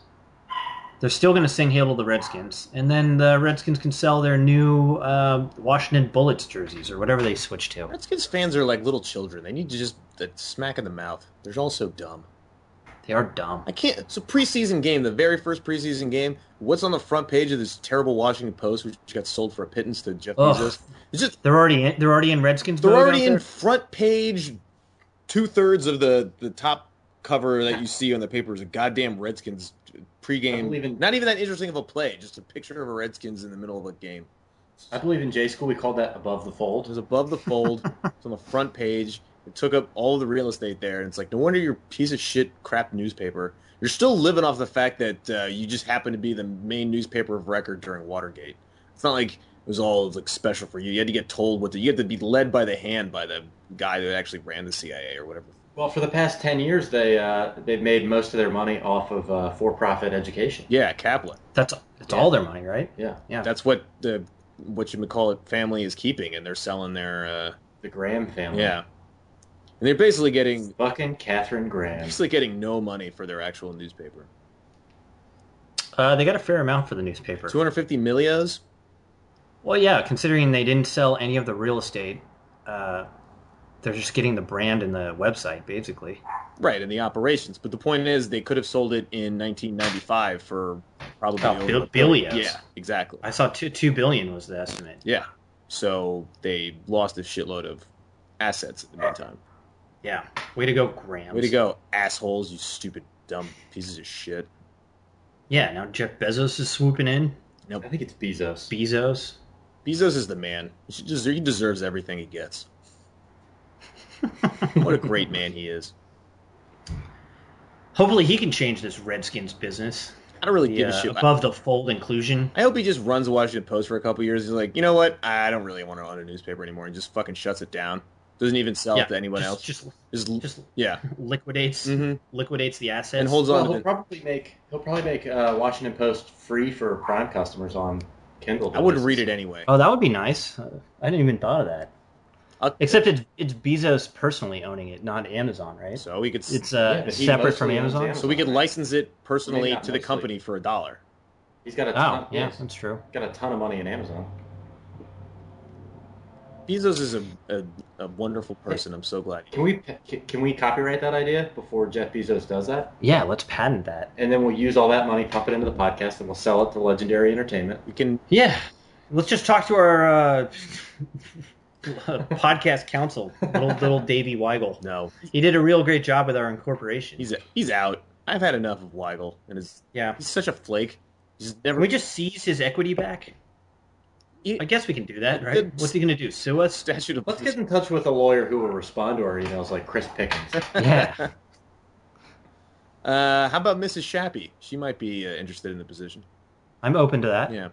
Speaker 3: They're still going to sing Hail to the Redskins. And then the Redskins can sell their new uh, Washington Bullets jerseys or whatever they switch to.
Speaker 2: Redskins fans are like little children. They need to just the smack in the mouth. They're all so dumb.
Speaker 3: They are dumb.
Speaker 2: I can't. So preseason game, the very first preseason game. What's on the front page of this terrible Washington Post, which got sold for a pittance to Jeff
Speaker 3: Ugh.
Speaker 2: Bezos? It's just
Speaker 3: They're already in, they're already in Redskins.
Speaker 2: they're
Speaker 3: mode out
Speaker 2: already in
Speaker 3: there?
Speaker 2: front page. Two thirds of the the top cover that you see on the paper is a goddamn Redskins
Speaker 4: I
Speaker 2: pregame.
Speaker 4: believe in-
Speaker 2: Not even that interesting of a play. Just a picture of a Redskins in the middle of a game.
Speaker 4: I believe in J school we called that above the
Speaker 2: It
Speaker 4: fold.
Speaker 2: was above the fold. it's on the front page. It took up all the real estate there, and it's like no wonder your piece of shit crap newspaper. You're still living off the fact that uh, you just happen to be the main newspaper of record during Watergate. It's not like it was all like special for you. You had to get told what to. You had to be led by the hand by the guy that actually ran the CIA or whatever.
Speaker 4: Well, for the past ten years, they uh, they've made most of their money off of uh, for-profit education.
Speaker 2: Yeah, Kaplan.
Speaker 3: That's that's
Speaker 4: Yeah.
Speaker 3: all their money, right?
Speaker 4: Yeah,
Speaker 2: That's what the what you would call it family is keeping, and they're selling their
Speaker 4: the Graham
Speaker 2: uh,
Speaker 4: family.
Speaker 2: yeah, and they're basically getting
Speaker 4: fucking Catherine Graham.
Speaker 2: basically getting no money for their actual newspaper.
Speaker 3: Uh, they got a fair amount for the newspaper.
Speaker 2: 250 millios.
Speaker 3: Well, yeah, considering they didn't sell any of the real estate, uh, they're just getting the brand and the website basically.
Speaker 2: Right, and the operations. But the point is, they could have sold it in 1995 for probably
Speaker 3: Oh,
Speaker 2: over
Speaker 3: bil-
Speaker 2: a
Speaker 3: billions.
Speaker 2: Yeah, exactly.
Speaker 3: I saw two two billion was the estimate.
Speaker 2: Yeah. So they lost a shitload of assets at the meantime.
Speaker 3: Yeah, way to go, Graham.
Speaker 2: Way to go, assholes! You stupid, dumb pieces of shit.
Speaker 3: Yeah, now Jeff Bezos is swooping in.
Speaker 4: I think it's Bezos.
Speaker 3: Bezos.
Speaker 2: Bezos is the man. He, should deserve, he deserves everything he gets. *laughs* what a great man he is.
Speaker 3: Hopefully, he can change this Redskins business.
Speaker 2: I don't really
Speaker 3: The,
Speaker 2: give a
Speaker 3: uh,
Speaker 2: shit.
Speaker 3: above the fold inclusion.
Speaker 2: I hope he just runs the Washington Post for a couple years. He's like, you know what? I don't really want to own a newspaper anymore, and just fucking shuts it down. Doesn't even sell
Speaker 3: yeah,
Speaker 2: it to anyone
Speaker 3: just,
Speaker 2: else.
Speaker 3: Just
Speaker 2: Just,
Speaker 3: just
Speaker 2: yeah,
Speaker 3: liquidates
Speaker 2: Mhm.
Speaker 3: liquidates the assets
Speaker 2: and holds
Speaker 4: Well,
Speaker 2: on to
Speaker 4: he'll
Speaker 2: the.
Speaker 4: probably make he'll probably make uh, Washington Post free for Prime customers on Kindle.
Speaker 2: I would
Speaker 4: devices.
Speaker 2: read it anyway.
Speaker 3: Oh, that would be nice. Uh, I didn't even thought of that.
Speaker 2: I'll-
Speaker 3: Except it's, it's Bezos personally owning it, not Amazon,
Speaker 2: *laughs*
Speaker 3: right?
Speaker 2: so we could.
Speaker 3: It's uh,
Speaker 4: Yeah, but he
Speaker 3: separate from
Speaker 4: mostly owns
Speaker 3: Amazon. Oh,
Speaker 4: Amazon.
Speaker 2: so we could license it
Speaker 4: I mean,
Speaker 2: personally
Speaker 4: not
Speaker 2: to the
Speaker 4: mostly.
Speaker 2: company for a dollar.
Speaker 4: He's got a ton.
Speaker 3: Oh,
Speaker 4: yeah,
Speaker 3: yeah,
Speaker 4: he's
Speaker 3: that's true.
Speaker 4: got a ton of money in Amazon.
Speaker 2: Bezos is a, a, a wonderful person. I'm so glad.
Speaker 4: Can we can- can we copyright that idea before Jeff Bezos does that?
Speaker 3: Yeah, let's patent that.
Speaker 4: And then we'll use all that money, pump it into the podcast, and we'll sell it to Legendary Entertainment.
Speaker 2: We can.
Speaker 3: Yeah, let's just talk to our uh, *laughs* podcast counsel, little little Davey Weigel.
Speaker 2: No,
Speaker 3: He did a real great job with our incorporation.
Speaker 2: he's he's out. I've had enough of Weigel, and his,
Speaker 3: yeah,
Speaker 2: *laughs* he's such a flake. He's never.
Speaker 3: can we just seize his equity back?
Speaker 2: You-
Speaker 3: I guess we can do that, right?
Speaker 2: The-
Speaker 3: What's he going to do? Sue us?
Speaker 2: Statute of
Speaker 4: Let's get in touch with a lawyer who will respond to our emails like Chris Pickens.
Speaker 3: *laughs* Yeah.
Speaker 2: Uh, how about Mrs. Shappy? She might be uh, interested in the position.
Speaker 3: I'm open to that.
Speaker 2: Yeah.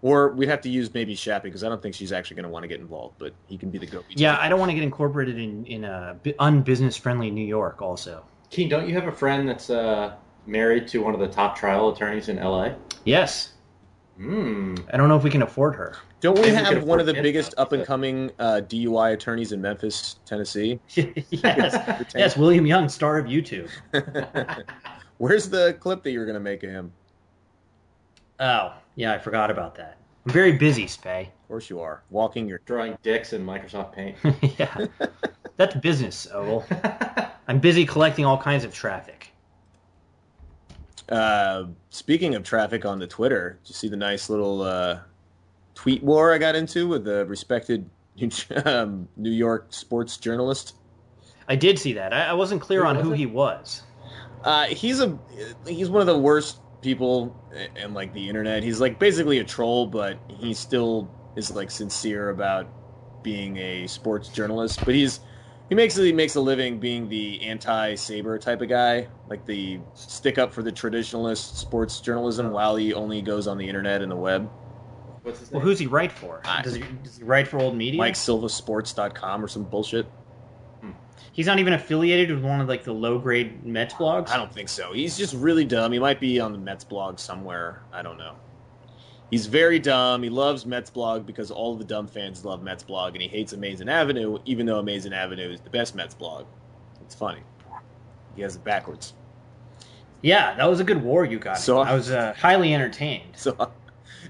Speaker 2: Or we'd have to use maybe Shappy because I don't think she's actually going to want to get involved, but he can be the go-between.
Speaker 3: Yeah, I don't want to get incorporated in in a bu- unbusiness friendly New York. Also,
Speaker 4: Keen, don't you have a friend that's uh, married to one of the top trial attorneys in LA?
Speaker 3: yes,
Speaker 4: Hmm.
Speaker 3: I don't know if we can afford her.
Speaker 2: Don't we
Speaker 4: Maybe we could
Speaker 2: have
Speaker 4: afford
Speaker 2: one of the
Speaker 4: Ken
Speaker 2: biggest
Speaker 4: Shappy,
Speaker 2: up and coming uh, DUI attorneys in Memphis, Tennessee?
Speaker 3: *laughs*
Speaker 2: *laughs*
Speaker 3: yes, yes, William Young, star of YouTube.
Speaker 2: Where's the clip that you were going to make of him?
Speaker 3: Oh, yeah, I forgot about that. I'm very busy, *laughs* Spay.
Speaker 2: Of course you are. Walking your.
Speaker 4: Drawing dicks in Microsoft Paint. *laughs*
Speaker 3: yeah, that's business, Ogle. I'm busy collecting all kinds of traffic.
Speaker 2: Uh, speaking of traffic on the Twitter, did you see the nice little uh, tweet war I got into with a respected *laughs* um, New York sports journalist?
Speaker 3: I did see that. I, I wasn't clear
Speaker 4: Who
Speaker 3: on
Speaker 4: was
Speaker 3: who
Speaker 4: it?
Speaker 3: he was.
Speaker 2: Uh, he's a he's one of the worst people in, in like the internet. He's like basically a troll, but he still is like sincere about being a sports journalist. But he's he makes he makes a living being the anti saber type of guy, like the stick up for the traditionalist sports journalism, while he only goes on the internet and the web,
Speaker 4: What's his
Speaker 3: Well,
Speaker 4: name?
Speaker 3: who's he write for?
Speaker 2: I-
Speaker 3: Uh, Does he, does he write for old media?
Speaker 2: like silvasports.com or some bullshit.
Speaker 3: He's not even affiliated with one of like the low grade Mets blogs.
Speaker 2: I don't think so. He's just really dumb. He might be on the Mets blog somewhere. I don't know. He's very dumb. He loves Mets blog because all of the dumb fans love Mets blog, and he hates Amazing Avenue, even though Amazing Avenue is the best Mets blog. It's funny. He has it backwards.
Speaker 3: Yeah, that was a good war you got.
Speaker 2: So-
Speaker 3: I was uh, highly
Speaker 2: *laughs*
Speaker 3: entertained.
Speaker 2: So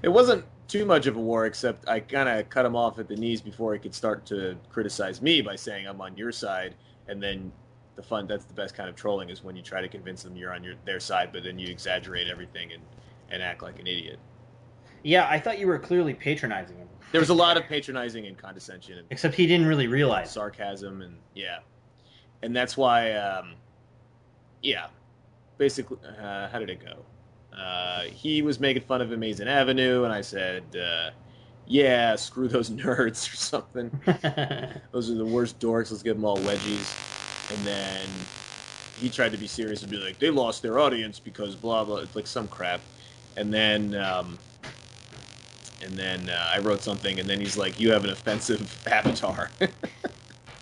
Speaker 2: it wasn't too much of a war, except I kind of cut him off at the knees before he could start to criticize me by saying I'm on your side, and then the fun that's the best kind of trolling is when you try to convince them you're on your their side, but then you exaggerate everything and, and act like an idiot.
Speaker 3: Yeah, I thought you were clearly patronizing him.
Speaker 2: There was a lot of patronizing and condescension
Speaker 3: Except he didn't really
Speaker 2: and
Speaker 3: realize.
Speaker 2: sarcasm, and yeah, and that's why, um, yeah, basically, uh, how did it go? Uh, he was making fun of Amazing Avenue, and I said, uh, "Yeah, screw those *laughs* nerds" or something. Those are the worst dorks. Let's give them all wedgies. And then he tried to be serious and be like, they lost their audience because blah blah. It's like some crap. And then, um, and then uh, I wrote something, and then he's like, you have an offensive *laughs* avatar,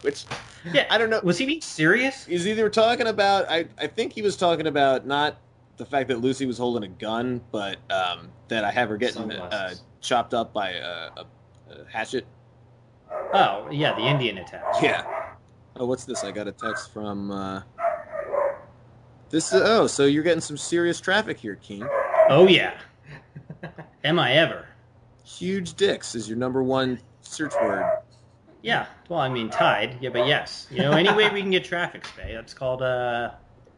Speaker 2: which
Speaker 3: yeah,
Speaker 2: I don't know.
Speaker 3: was he being serious?
Speaker 2: He's either talking about I, I think he was talking about not the fact that Lucy was holding a gun, but um, that I have her getting uh,
Speaker 4: Sunglasses.
Speaker 2: chopped up by a, a, a hatchet.
Speaker 3: Oh, yeah, the Indian attack.
Speaker 2: Yeah. Oh, what's this? I got a text from. Uh... This. Oh, so you're getting some serious traffic here, Keen.
Speaker 3: Oh
Speaker 2: *laughs*
Speaker 3: yeah. Am I ever?
Speaker 2: Huge dicks is your number one search word. *laughs*
Speaker 3: Yeah. Well, I mean tied. Yeah, but yes. You know, any way we can get traffic, Spay. That's called uh,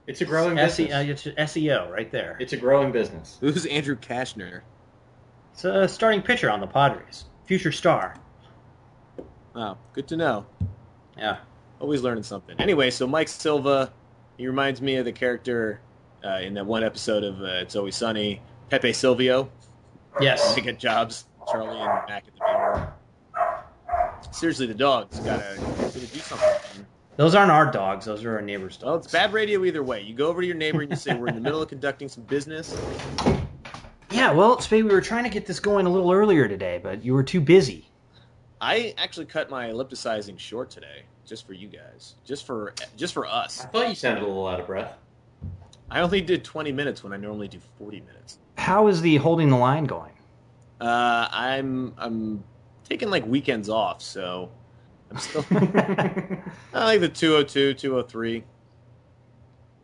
Speaker 4: It's a growing
Speaker 3: SE,
Speaker 4: business.
Speaker 3: uh, it's SEO right there.
Speaker 4: It's a growing business.
Speaker 2: Who's Andrew Kashner?
Speaker 3: It's a starting pitcher on the Padres, future star.
Speaker 2: Wow, good to know.
Speaker 3: Yeah.
Speaker 2: Always learning something. Anyway, so Mike Silva, he reminds me of the character uh, in that one episode of uh, It's Always Sunny, Pepe Silvio. *laughs*
Speaker 3: Yes.
Speaker 2: to get jobs. Charlie and Mac at the bar. Seriously, the dog's gotta, gotta do something.
Speaker 3: Those aren't our dogs. Those are our neighbors' dogs.
Speaker 2: Well, it's bad radio either way. You go over to your neighbor and you say, "We're in the middle of conducting some business."
Speaker 3: Yeah, well, Spade, we were trying to get this going a little earlier today, but you were too busy.
Speaker 2: I actually cut my ellipticizing short today, just for you guys, just for just for
Speaker 4: I
Speaker 2: us.
Speaker 4: thought you sounded a little out of breath.
Speaker 2: I only did 20 minutes when I normally do 40 minutes.
Speaker 3: How is the holding the line going? *laughs*
Speaker 2: Uh, I'm I'm taking like weekends off, so I'm still *laughs* I like the 202, 203. *laughs*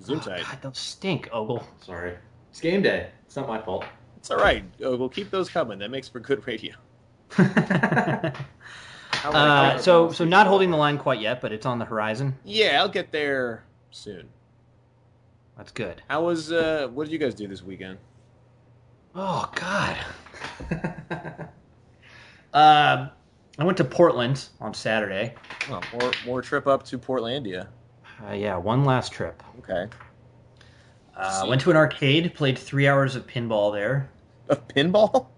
Speaker 2: Zoom tight.
Speaker 3: God, those stink,
Speaker 2: *laughs*
Speaker 3: Ogle.
Speaker 4: Sorry. It's game day. It's not my fault.
Speaker 2: It's all right. Uh, we'll keep those coming. That makes for good radio. How
Speaker 3: uh,
Speaker 2: like that.
Speaker 3: so, so not holding the line quite yet, but it's on the horizon.
Speaker 2: yeah, I'll get there soon.
Speaker 3: That's good.
Speaker 2: How was? Uh, what did you guys do this weekend?
Speaker 3: Oh God. *laughs* Uh, I went to Portland on Saturday.
Speaker 2: Oh, more more trip up to Portlandia.
Speaker 3: Uh, yeah, one last trip.
Speaker 2: Okay,
Speaker 3: Uh, went to an arcade, played three hours of pinball there.
Speaker 5: *laughs*
Speaker 2: of pinball.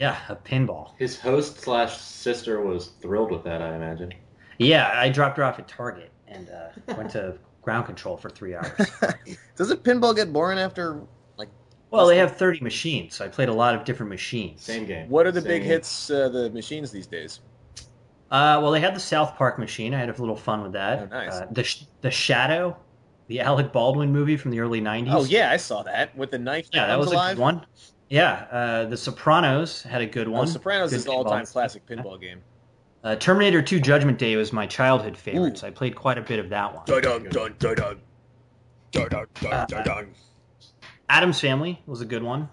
Speaker 3: Yeah, a pinball.
Speaker 4: His host slash sister was thrilled with that, I imagine.
Speaker 3: Yeah, I dropped her off at Target and uh, went to ground control for three hours.
Speaker 2: Does a pinball get boring after?
Speaker 3: *laughs* Well, they have 30 machines, so I played a lot of different machines.
Speaker 4: Same game.
Speaker 5: What are the
Speaker 4: Same
Speaker 5: big
Speaker 4: game.
Speaker 5: hits, uh, the machines these days?
Speaker 3: Uh, well, they had the South Park machine. I had a little fun with that.
Speaker 5: Oh, nice.
Speaker 3: Uh, the, Sh- the Shadow, the Alec Baldwin movie from the early 90s.
Speaker 5: Oh yeah, I saw that with the knife.
Speaker 3: Yeah, that
Speaker 5: comes
Speaker 3: was a
Speaker 5: alive.
Speaker 3: good one. Yeah, uh, The Sopranos had a good
Speaker 5: Oh,
Speaker 3: one.
Speaker 5: Sopranos
Speaker 3: Good
Speaker 5: is an all-time
Speaker 3: pinball.
Speaker 5: classic pinball game.
Speaker 3: Uh, Terminator 2 Judgment Day was my childhood favorite, so I played quite a bit of that one. Uh,
Speaker 6: dun dun dun dun dun dun dun dun dun.
Speaker 3: Adam's Family was a
Speaker 5: *laughs*
Speaker 3: good one.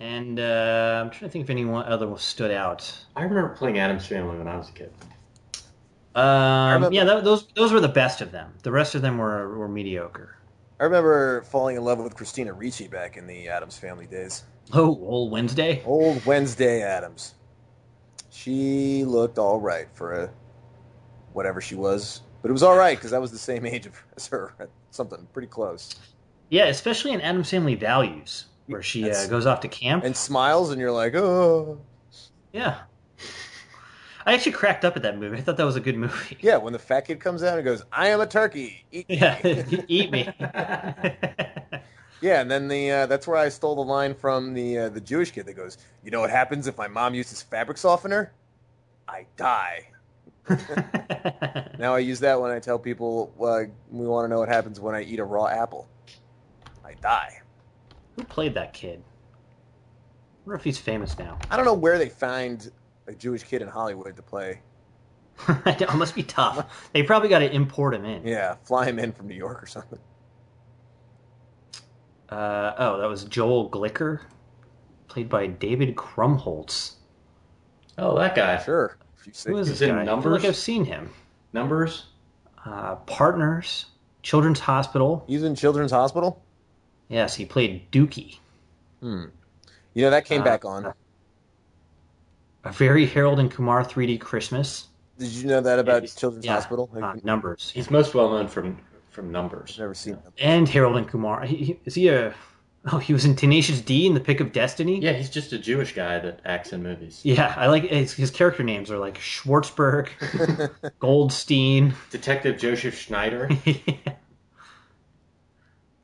Speaker 3: and uh, I'm trying to think if anyone other one stood out.
Speaker 4: I remember playing Adam's Family when I was a kid.
Speaker 3: Um,
Speaker 2: remember-
Speaker 3: yeah, tho- those those were the best of them. The rest of them were were mediocre. *laughs*
Speaker 2: I remember falling in love with Christina Ricci back in the Adams Family days.
Speaker 3: Oh, old Wednesday.
Speaker 2: Old Wednesday Adams. She looked all right for a whatever she was, but it was all right because I was the same age *laughs* as her, something pretty close.
Speaker 3: Yeah, especially in Adam's Family Values, where she uh,
Speaker 2: That's-
Speaker 3: goes off to camp.
Speaker 2: And smiles, and you're like, oh,
Speaker 3: Yeah, I actually cracked up at that movie. I thought that was a good movie. *laughs*
Speaker 2: yeah. When the fat kid comes out and goes, "I am a turkey," E-, eat me."
Speaker 3: Yeah, *laughs* eat me.
Speaker 2: Yeah, and then the uh, that's where I stole the line from the uh, the Jewish kid that goes, "You know what happens if my mom uses fabric softener? I die." Now I use that when I tell people uh, we want to know what happens when I eat a raw apple. I die.
Speaker 3: Who played that kid? I wonder if he's famous now. *laughs*
Speaker 2: I don't know where they find a Jewish kid in Hollywood to play.
Speaker 3: I don't- it must be tough. They probably got to import him in.
Speaker 2: Yeah, fly him in from New York or something.
Speaker 3: Uh, oh, that was Joel Glicker, played by David Krumholtz.
Speaker 4: Oh, that guy.
Speaker 2: Sure. If you say-
Speaker 3: Who is
Speaker 4: He's
Speaker 3: this
Speaker 4: in
Speaker 3: guy? I feel
Speaker 4: Numbers?
Speaker 3: like I've seen him.
Speaker 4: Numbers?
Speaker 3: Uh, Partners, Children's Hospital.
Speaker 2: He's in Children's Hospital.
Speaker 3: Yes, he played Dookie,
Speaker 2: You know that came
Speaker 3: Uh,
Speaker 2: back on.
Speaker 3: a very Harold and Kumar 3D Christmas.
Speaker 2: Did you know that about
Speaker 4: he's-
Speaker 2: Children's
Speaker 3: Yeah,
Speaker 2: Hospital? I've
Speaker 3: uh, numbers
Speaker 4: He's most well known from from Numbers.
Speaker 2: never seen that.
Speaker 3: and Harold and Kumar. He, he- is he a? *laughs* Oh, he was in Tenacious D in The Pick of Destiny.
Speaker 4: Yeah, he's just a Jewish guy that acts in movies.
Speaker 3: Yeah, I like his, his character names are like Schwartzberg,
Speaker 2: *laughs*
Speaker 3: Goldstein, *laughs*
Speaker 4: Detective Joseph Schneider.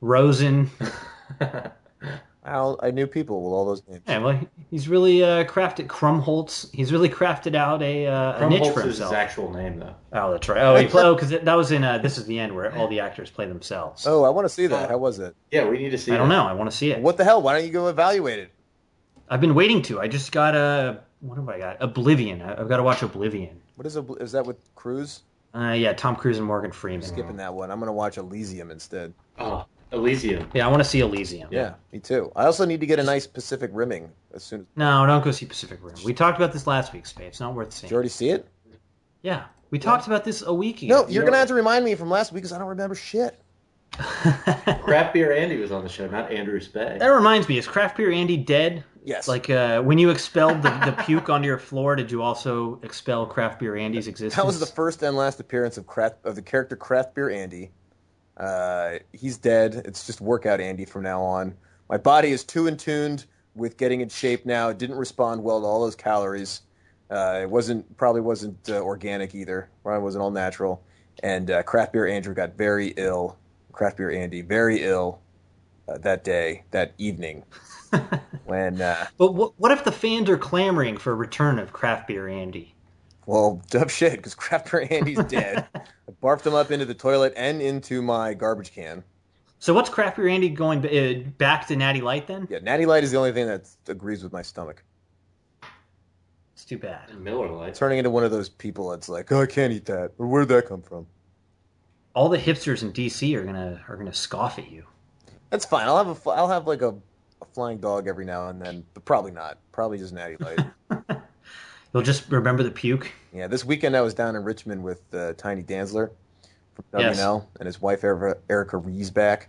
Speaker 3: Rosen.
Speaker 2: I'll, I knew people with all those names.
Speaker 3: Yeah, well, he's really uh, crafted. Krumholtz. He's really crafted out a, uh, a niche
Speaker 4: Krumholz
Speaker 3: for
Speaker 4: is his
Speaker 3: himself.
Speaker 4: actual name, though.
Speaker 3: Oh, that's right. Oh, he play, oh, because that was in uh, This Is the End, where all the actors play themselves.
Speaker 2: Oh, I want to see
Speaker 3: Uh,
Speaker 2: that. How was it?
Speaker 4: Yeah, we need to see.
Speaker 3: I don't
Speaker 4: that.
Speaker 3: know. I want to see it.
Speaker 2: What the hell? Why don't you go evaluate it?
Speaker 3: I've been waiting to. I just got a. What have I got? Oblivion. I, I've got to watch Oblivion.
Speaker 2: What is a, is that with Cruz?
Speaker 3: Uh, yeah, Tom Cruise and Morgan Freeman.
Speaker 2: Skipping that one. I'm gonna watch Elysium instead.
Speaker 4: Oh, Elysium.
Speaker 3: Yeah, I want to see Elysium.
Speaker 2: Yeah, me too. I also need to get a nice Pacific rimming as soon as.
Speaker 3: No, don't go see Pacific Rim. We talked about this last week, Spade. It's not worth seeing.
Speaker 2: Did you already see it?
Speaker 3: Yeah, we talked about this a week ago.
Speaker 2: No, you're gonna have to remind me from last week because I don't remember shit.
Speaker 4: Crap Beer Andy was on the show, not Andrew
Speaker 3: *laughs*
Speaker 4: Spay.
Speaker 3: That reminds me. Is craft beer Andy dead?
Speaker 2: Yes.
Speaker 3: Like uh, when you expelled the, the puke onto your floor, did you also expel craft beer Andy's existence?
Speaker 2: that was the first and last appearance of craft of the character Craft Beer Andy. Uh, he's dead. It's just workout Andy from now on. My body is too in tuned with getting in shape now. It didn't respond well to all those calories. Uh, it wasn't probably wasn't uh, organic either. Probably wasn't all natural. And uh, Craft Beer Andrew got very ill. Craft Beer Andy very ill uh, that day, that evening, when uh,
Speaker 3: But what, what if the fans are clamoring for a return of craft beer Andy?
Speaker 2: Well, tough shit, because Crapper Andy's dead. I barfed him up into the toilet and into my garbage can.
Speaker 3: So what's craft beer Andy going b- uh, back to Natty Light then?
Speaker 2: Yeah, Natty Light is the only thing that agrees with my stomach.
Speaker 3: It's too bad.
Speaker 4: Miller Lite.
Speaker 2: Turning into one of those people that's like, oh, I can't eat that. Or where'd that come from?
Speaker 3: All the hipsters in DC are gonna are gonna scoff at you.
Speaker 2: That's fine. I'll have a, fl- I'll have like a, a flying dog every now and then, but probably not. Probably just Natty Light.
Speaker 3: You'll just remember the puke. *laughs*
Speaker 2: yeah, this weekend I was down in Richmond with uh, Tiny Danzler from WNL
Speaker 3: Yes.
Speaker 2: and his wife Erica, Erica Reesback.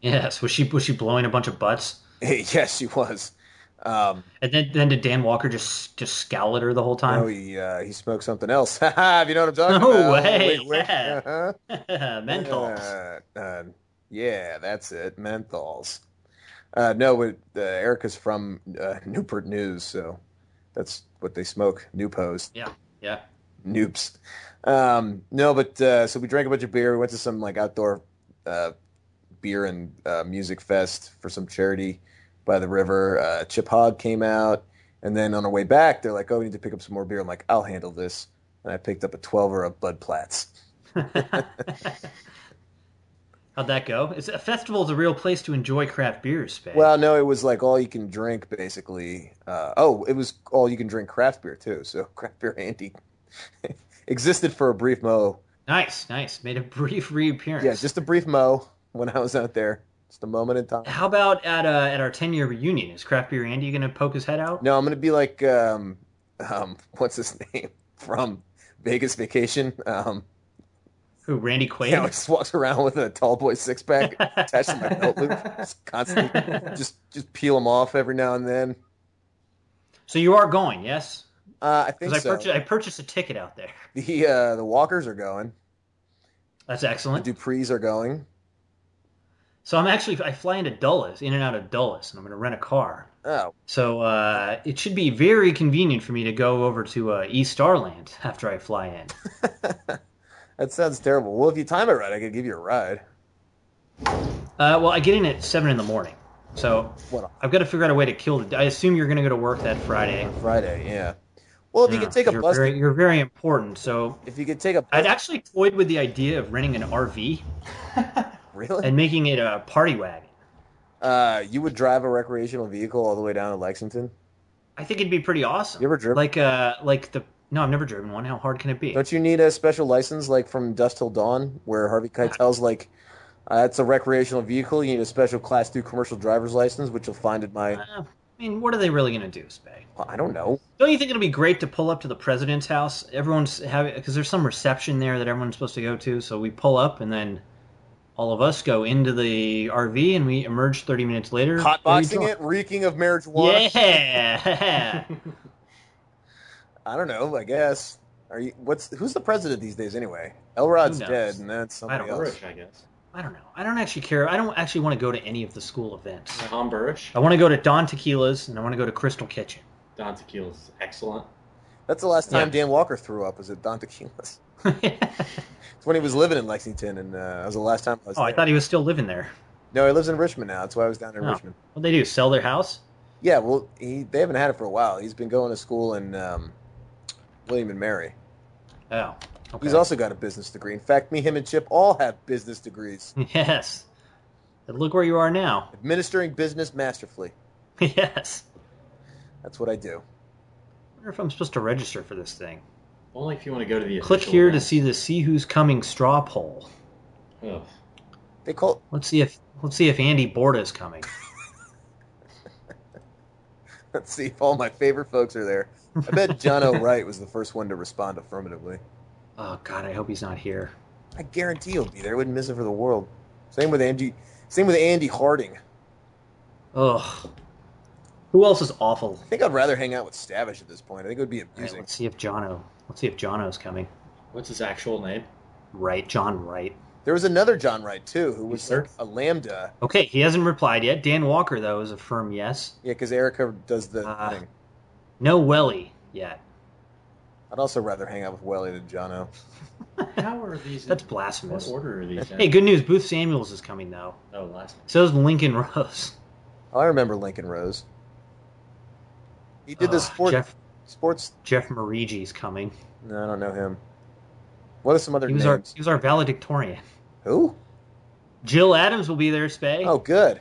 Speaker 3: Yes. Was she was she blowing a bunch of butts?
Speaker 2: *laughs* yes, she was. Um,
Speaker 3: And then then did Dan Walker just just scowl at her the whole
Speaker 2: No,
Speaker 3: time?
Speaker 2: he uh, he smoked something else. *laughs* if you know what I'm talking
Speaker 3: No
Speaker 2: about.
Speaker 3: way,
Speaker 2: Wink, wink.
Speaker 3: yeah.
Speaker 2: Uh-huh.
Speaker 3: *laughs* Mentals.
Speaker 2: *laughs* Uh, um, yeah, that's it. Menthols. Uh, no, but, uh, Erica's from uh, Newport News, so that's what they smoke. Newpos,
Speaker 3: Yeah, yeah.
Speaker 2: noops. Um, no, but uh, so we drank a bunch of beer. We went to some like outdoor uh, beer and uh, music fest for some charity by the river. Uh, Chip Hogg came out, and then on our way back, they're like, "Oh, we need to pick up some more beer." I'm like, "I'll handle this," and I picked up a twelver of Bud Platts.
Speaker 3: How'd that go? It's, a festival is a real place to enjoy craft beers, Spade.
Speaker 2: Well, no, it was like all you can drink, basically. Uh, oh, it was all you can drink craft beer too. So *laughs* craft beer Andy existed for a brief mo.
Speaker 3: nice, nice. Made a *laughs* brief reappearance.
Speaker 2: Yeah, just a brief mo when I was out there. Just a moment in time.
Speaker 3: How about at uh, at our ten year reunion? Is Craft Beer Andy going to poke his head out?
Speaker 2: No, I'm gonna be like, um, um, *laughs* what's his name from Vegas Vacation? Um, *laughs*
Speaker 3: Who Randy
Speaker 2: you
Speaker 3: *laughs*
Speaker 2: know,
Speaker 3: Quaid?
Speaker 2: just walks around with a tall boy six pack *laughs* attached to my belt loop, just constantly, just just peel them off every now and then.
Speaker 3: so you are going, yes?
Speaker 2: Uh, I think
Speaker 3: Because I,
Speaker 2: so.
Speaker 3: purchased I purchased a ticket out there. *laughs*
Speaker 2: The uh, the Walkers are going.
Speaker 3: That's
Speaker 2: The
Speaker 3: excellent.
Speaker 2: Duprees are going.
Speaker 3: So I'm actually I fly into Dulles, in and out of Dulles, and I'm going to rent a car.
Speaker 2: Oh,
Speaker 3: So uh, it should be very convenient for me to go over to uh, East Starland *laughs* after I fly in.
Speaker 2: That sounds terrible. Well, if you time it right, I could give you a ride.
Speaker 3: Uh, well, I get in at seven in the morning, so
Speaker 2: What
Speaker 3: I've got to figure out a way to kill the. I assume you're going to go to work that Friday.
Speaker 2: on Friday? Yeah. Well, if you
Speaker 3: Yeah,
Speaker 2: could take a
Speaker 3: Hmm, you're
Speaker 2: bus,
Speaker 3: very, you're very important. So
Speaker 2: if you could take a
Speaker 3: I'd
Speaker 2: bus,
Speaker 3: actually toyed with the idea of renting an RV
Speaker 2: *laughs* really,
Speaker 3: and making it a party wagon.
Speaker 2: uh, you would drive a recreational vehicle all the way down to Lexington.
Speaker 3: I think it'd be pretty awesome.
Speaker 2: You ever driven?
Speaker 3: Like uh, like the no, I've never driven one. How hard can it be?
Speaker 2: Don't you need a special license, like from dusk till dawn, where Harvey
Speaker 3: Uh-huh.
Speaker 2: Keitel's like, uh, "It's a recreational vehicle. You need a special class two commercial driver's license, which you'll find at my."
Speaker 3: Uh, I mean, what are they really going to do, Spay?
Speaker 2: I don't know.
Speaker 3: Don't you think it'll be great to pull up to the president's house? Everyone's having because there's some reception there that everyone's supposed to go to. So we pull up and then all of us go into the RV and we emerge 30 minutes later.
Speaker 2: Hotboxing
Speaker 3: very
Speaker 2: it, reeking of marijuana.
Speaker 3: drunk. Yeah. *laughs*
Speaker 2: I don't know. I guess. Are you? What's who's the president these days anyway? Elrod's
Speaker 3: knows?
Speaker 2: dead, and that's somebody
Speaker 3: don't know.
Speaker 2: else.
Speaker 4: Burrish, I guess.
Speaker 3: I don't know. I don't actually care. I don't actually want to go to any of the school events.
Speaker 4: Tom Burrish.
Speaker 3: I want to go to Don Tequila's and I want to go to Crystal Kitchen. *laughs*
Speaker 4: Don Tequila's excellent.
Speaker 2: That's the last time
Speaker 3: Yeah.
Speaker 2: Dan Walker threw up was at Don Tequila's. It's when he was living in Lexington, and uh, that was the last time I was
Speaker 3: oh,
Speaker 2: there.
Speaker 3: I thought he was still living there.
Speaker 2: no, he lives in Richmond now. That's why I was down in
Speaker 3: Oh.
Speaker 2: Richmond.
Speaker 3: What they do? Sell their house?
Speaker 2: Yeah, well, he they haven't had it for a while. He's been going to school in um, William and Mary.
Speaker 3: Oh, okay.
Speaker 2: He's also got a business degree. In fact, me, him, and Chip all have business degrees,
Speaker 3: *laughs* yes. But look where you are now. *laughs*
Speaker 2: administering business masterfully.
Speaker 3: yes.
Speaker 2: That's what I do.
Speaker 3: I wonder if I'm supposed to register for this thing.
Speaker 4: Only if you want to go to the
Speaker 3: Click
Speaker 4: official
Speaker 3: here to
Speaker 4: event.
Speaker 3: see the "See Who's Coming" straw poll.
Speaker 4: Ugh.
Speaker 2: They call *laughs*
Speaker 3: Let's see if let's see if Andy Borda is coming.
Speaker 2: Let's see if all my favorite folks are there. I bet
Speaker 3: *laughs*
Speaker 2: John O'Wright was the first one to respond affirmatively.
Speaker 3: Oh God, I hope he's not here.
Speaker 2: I guarantee he'll be there. I wouldn't miss him for the world. Same with Andy. Same with Andy Harding.
Speaker 3: Ugh. Who else is awful?
Speaker 2: I think I'd rather hang out with Stavish at this point. I think it would be
Speaker 3: All right,
Speaker 2: amusing.
Speaker 3: let's see if Jono. Let's see if Jono's coming.
Speaker 4: What's his actual name?
Speaker 3: Right, John Wright.
Speaker 2: There was another John Wright too, who was
Speaker 4: Yes, sir.
Speaker 2: like a lambda.
Speaker 3: Okay, he hasn't replied yet. Dan Walker though is a firm yes.
Speaker 2: Yeah, because Erica does the
Speaker 3: Ah.
Speaker 2: thing.
Speaker 3: No Welly yet.
Speaker 2: I'd also rather hang out with Welly than Jono.
Speaker 4: How are these?
Speaker 3: That's
Speaker 4: what
Speaker 3: blasphemous.
Speaker 4: order are these? In?
Speaker 3: Hey, good news. Booth Samuels is coming though.
Speaker 4: Oh, last.
Speaker 3: So is Lincoln Rose.
Speaker 2: Oh, I remember Lincoln Rose. He did the
Speaker 3: Ugh,
Speaker 2: sport,
Speaker 3: Uh, Ah, Jeff
Speaker 2: sports.
Speaker 3: Jeff Marigi's coming.
Speaker 2: No, I don't know him. What are some other
Speaker 3: He was
Speaker 2: names?
Speaker 3: our he was our valedictorian.
Speaker 2: Who?
Speaker 3: Jill Adams will be there, Spay.
Speaker 2: Oh, good.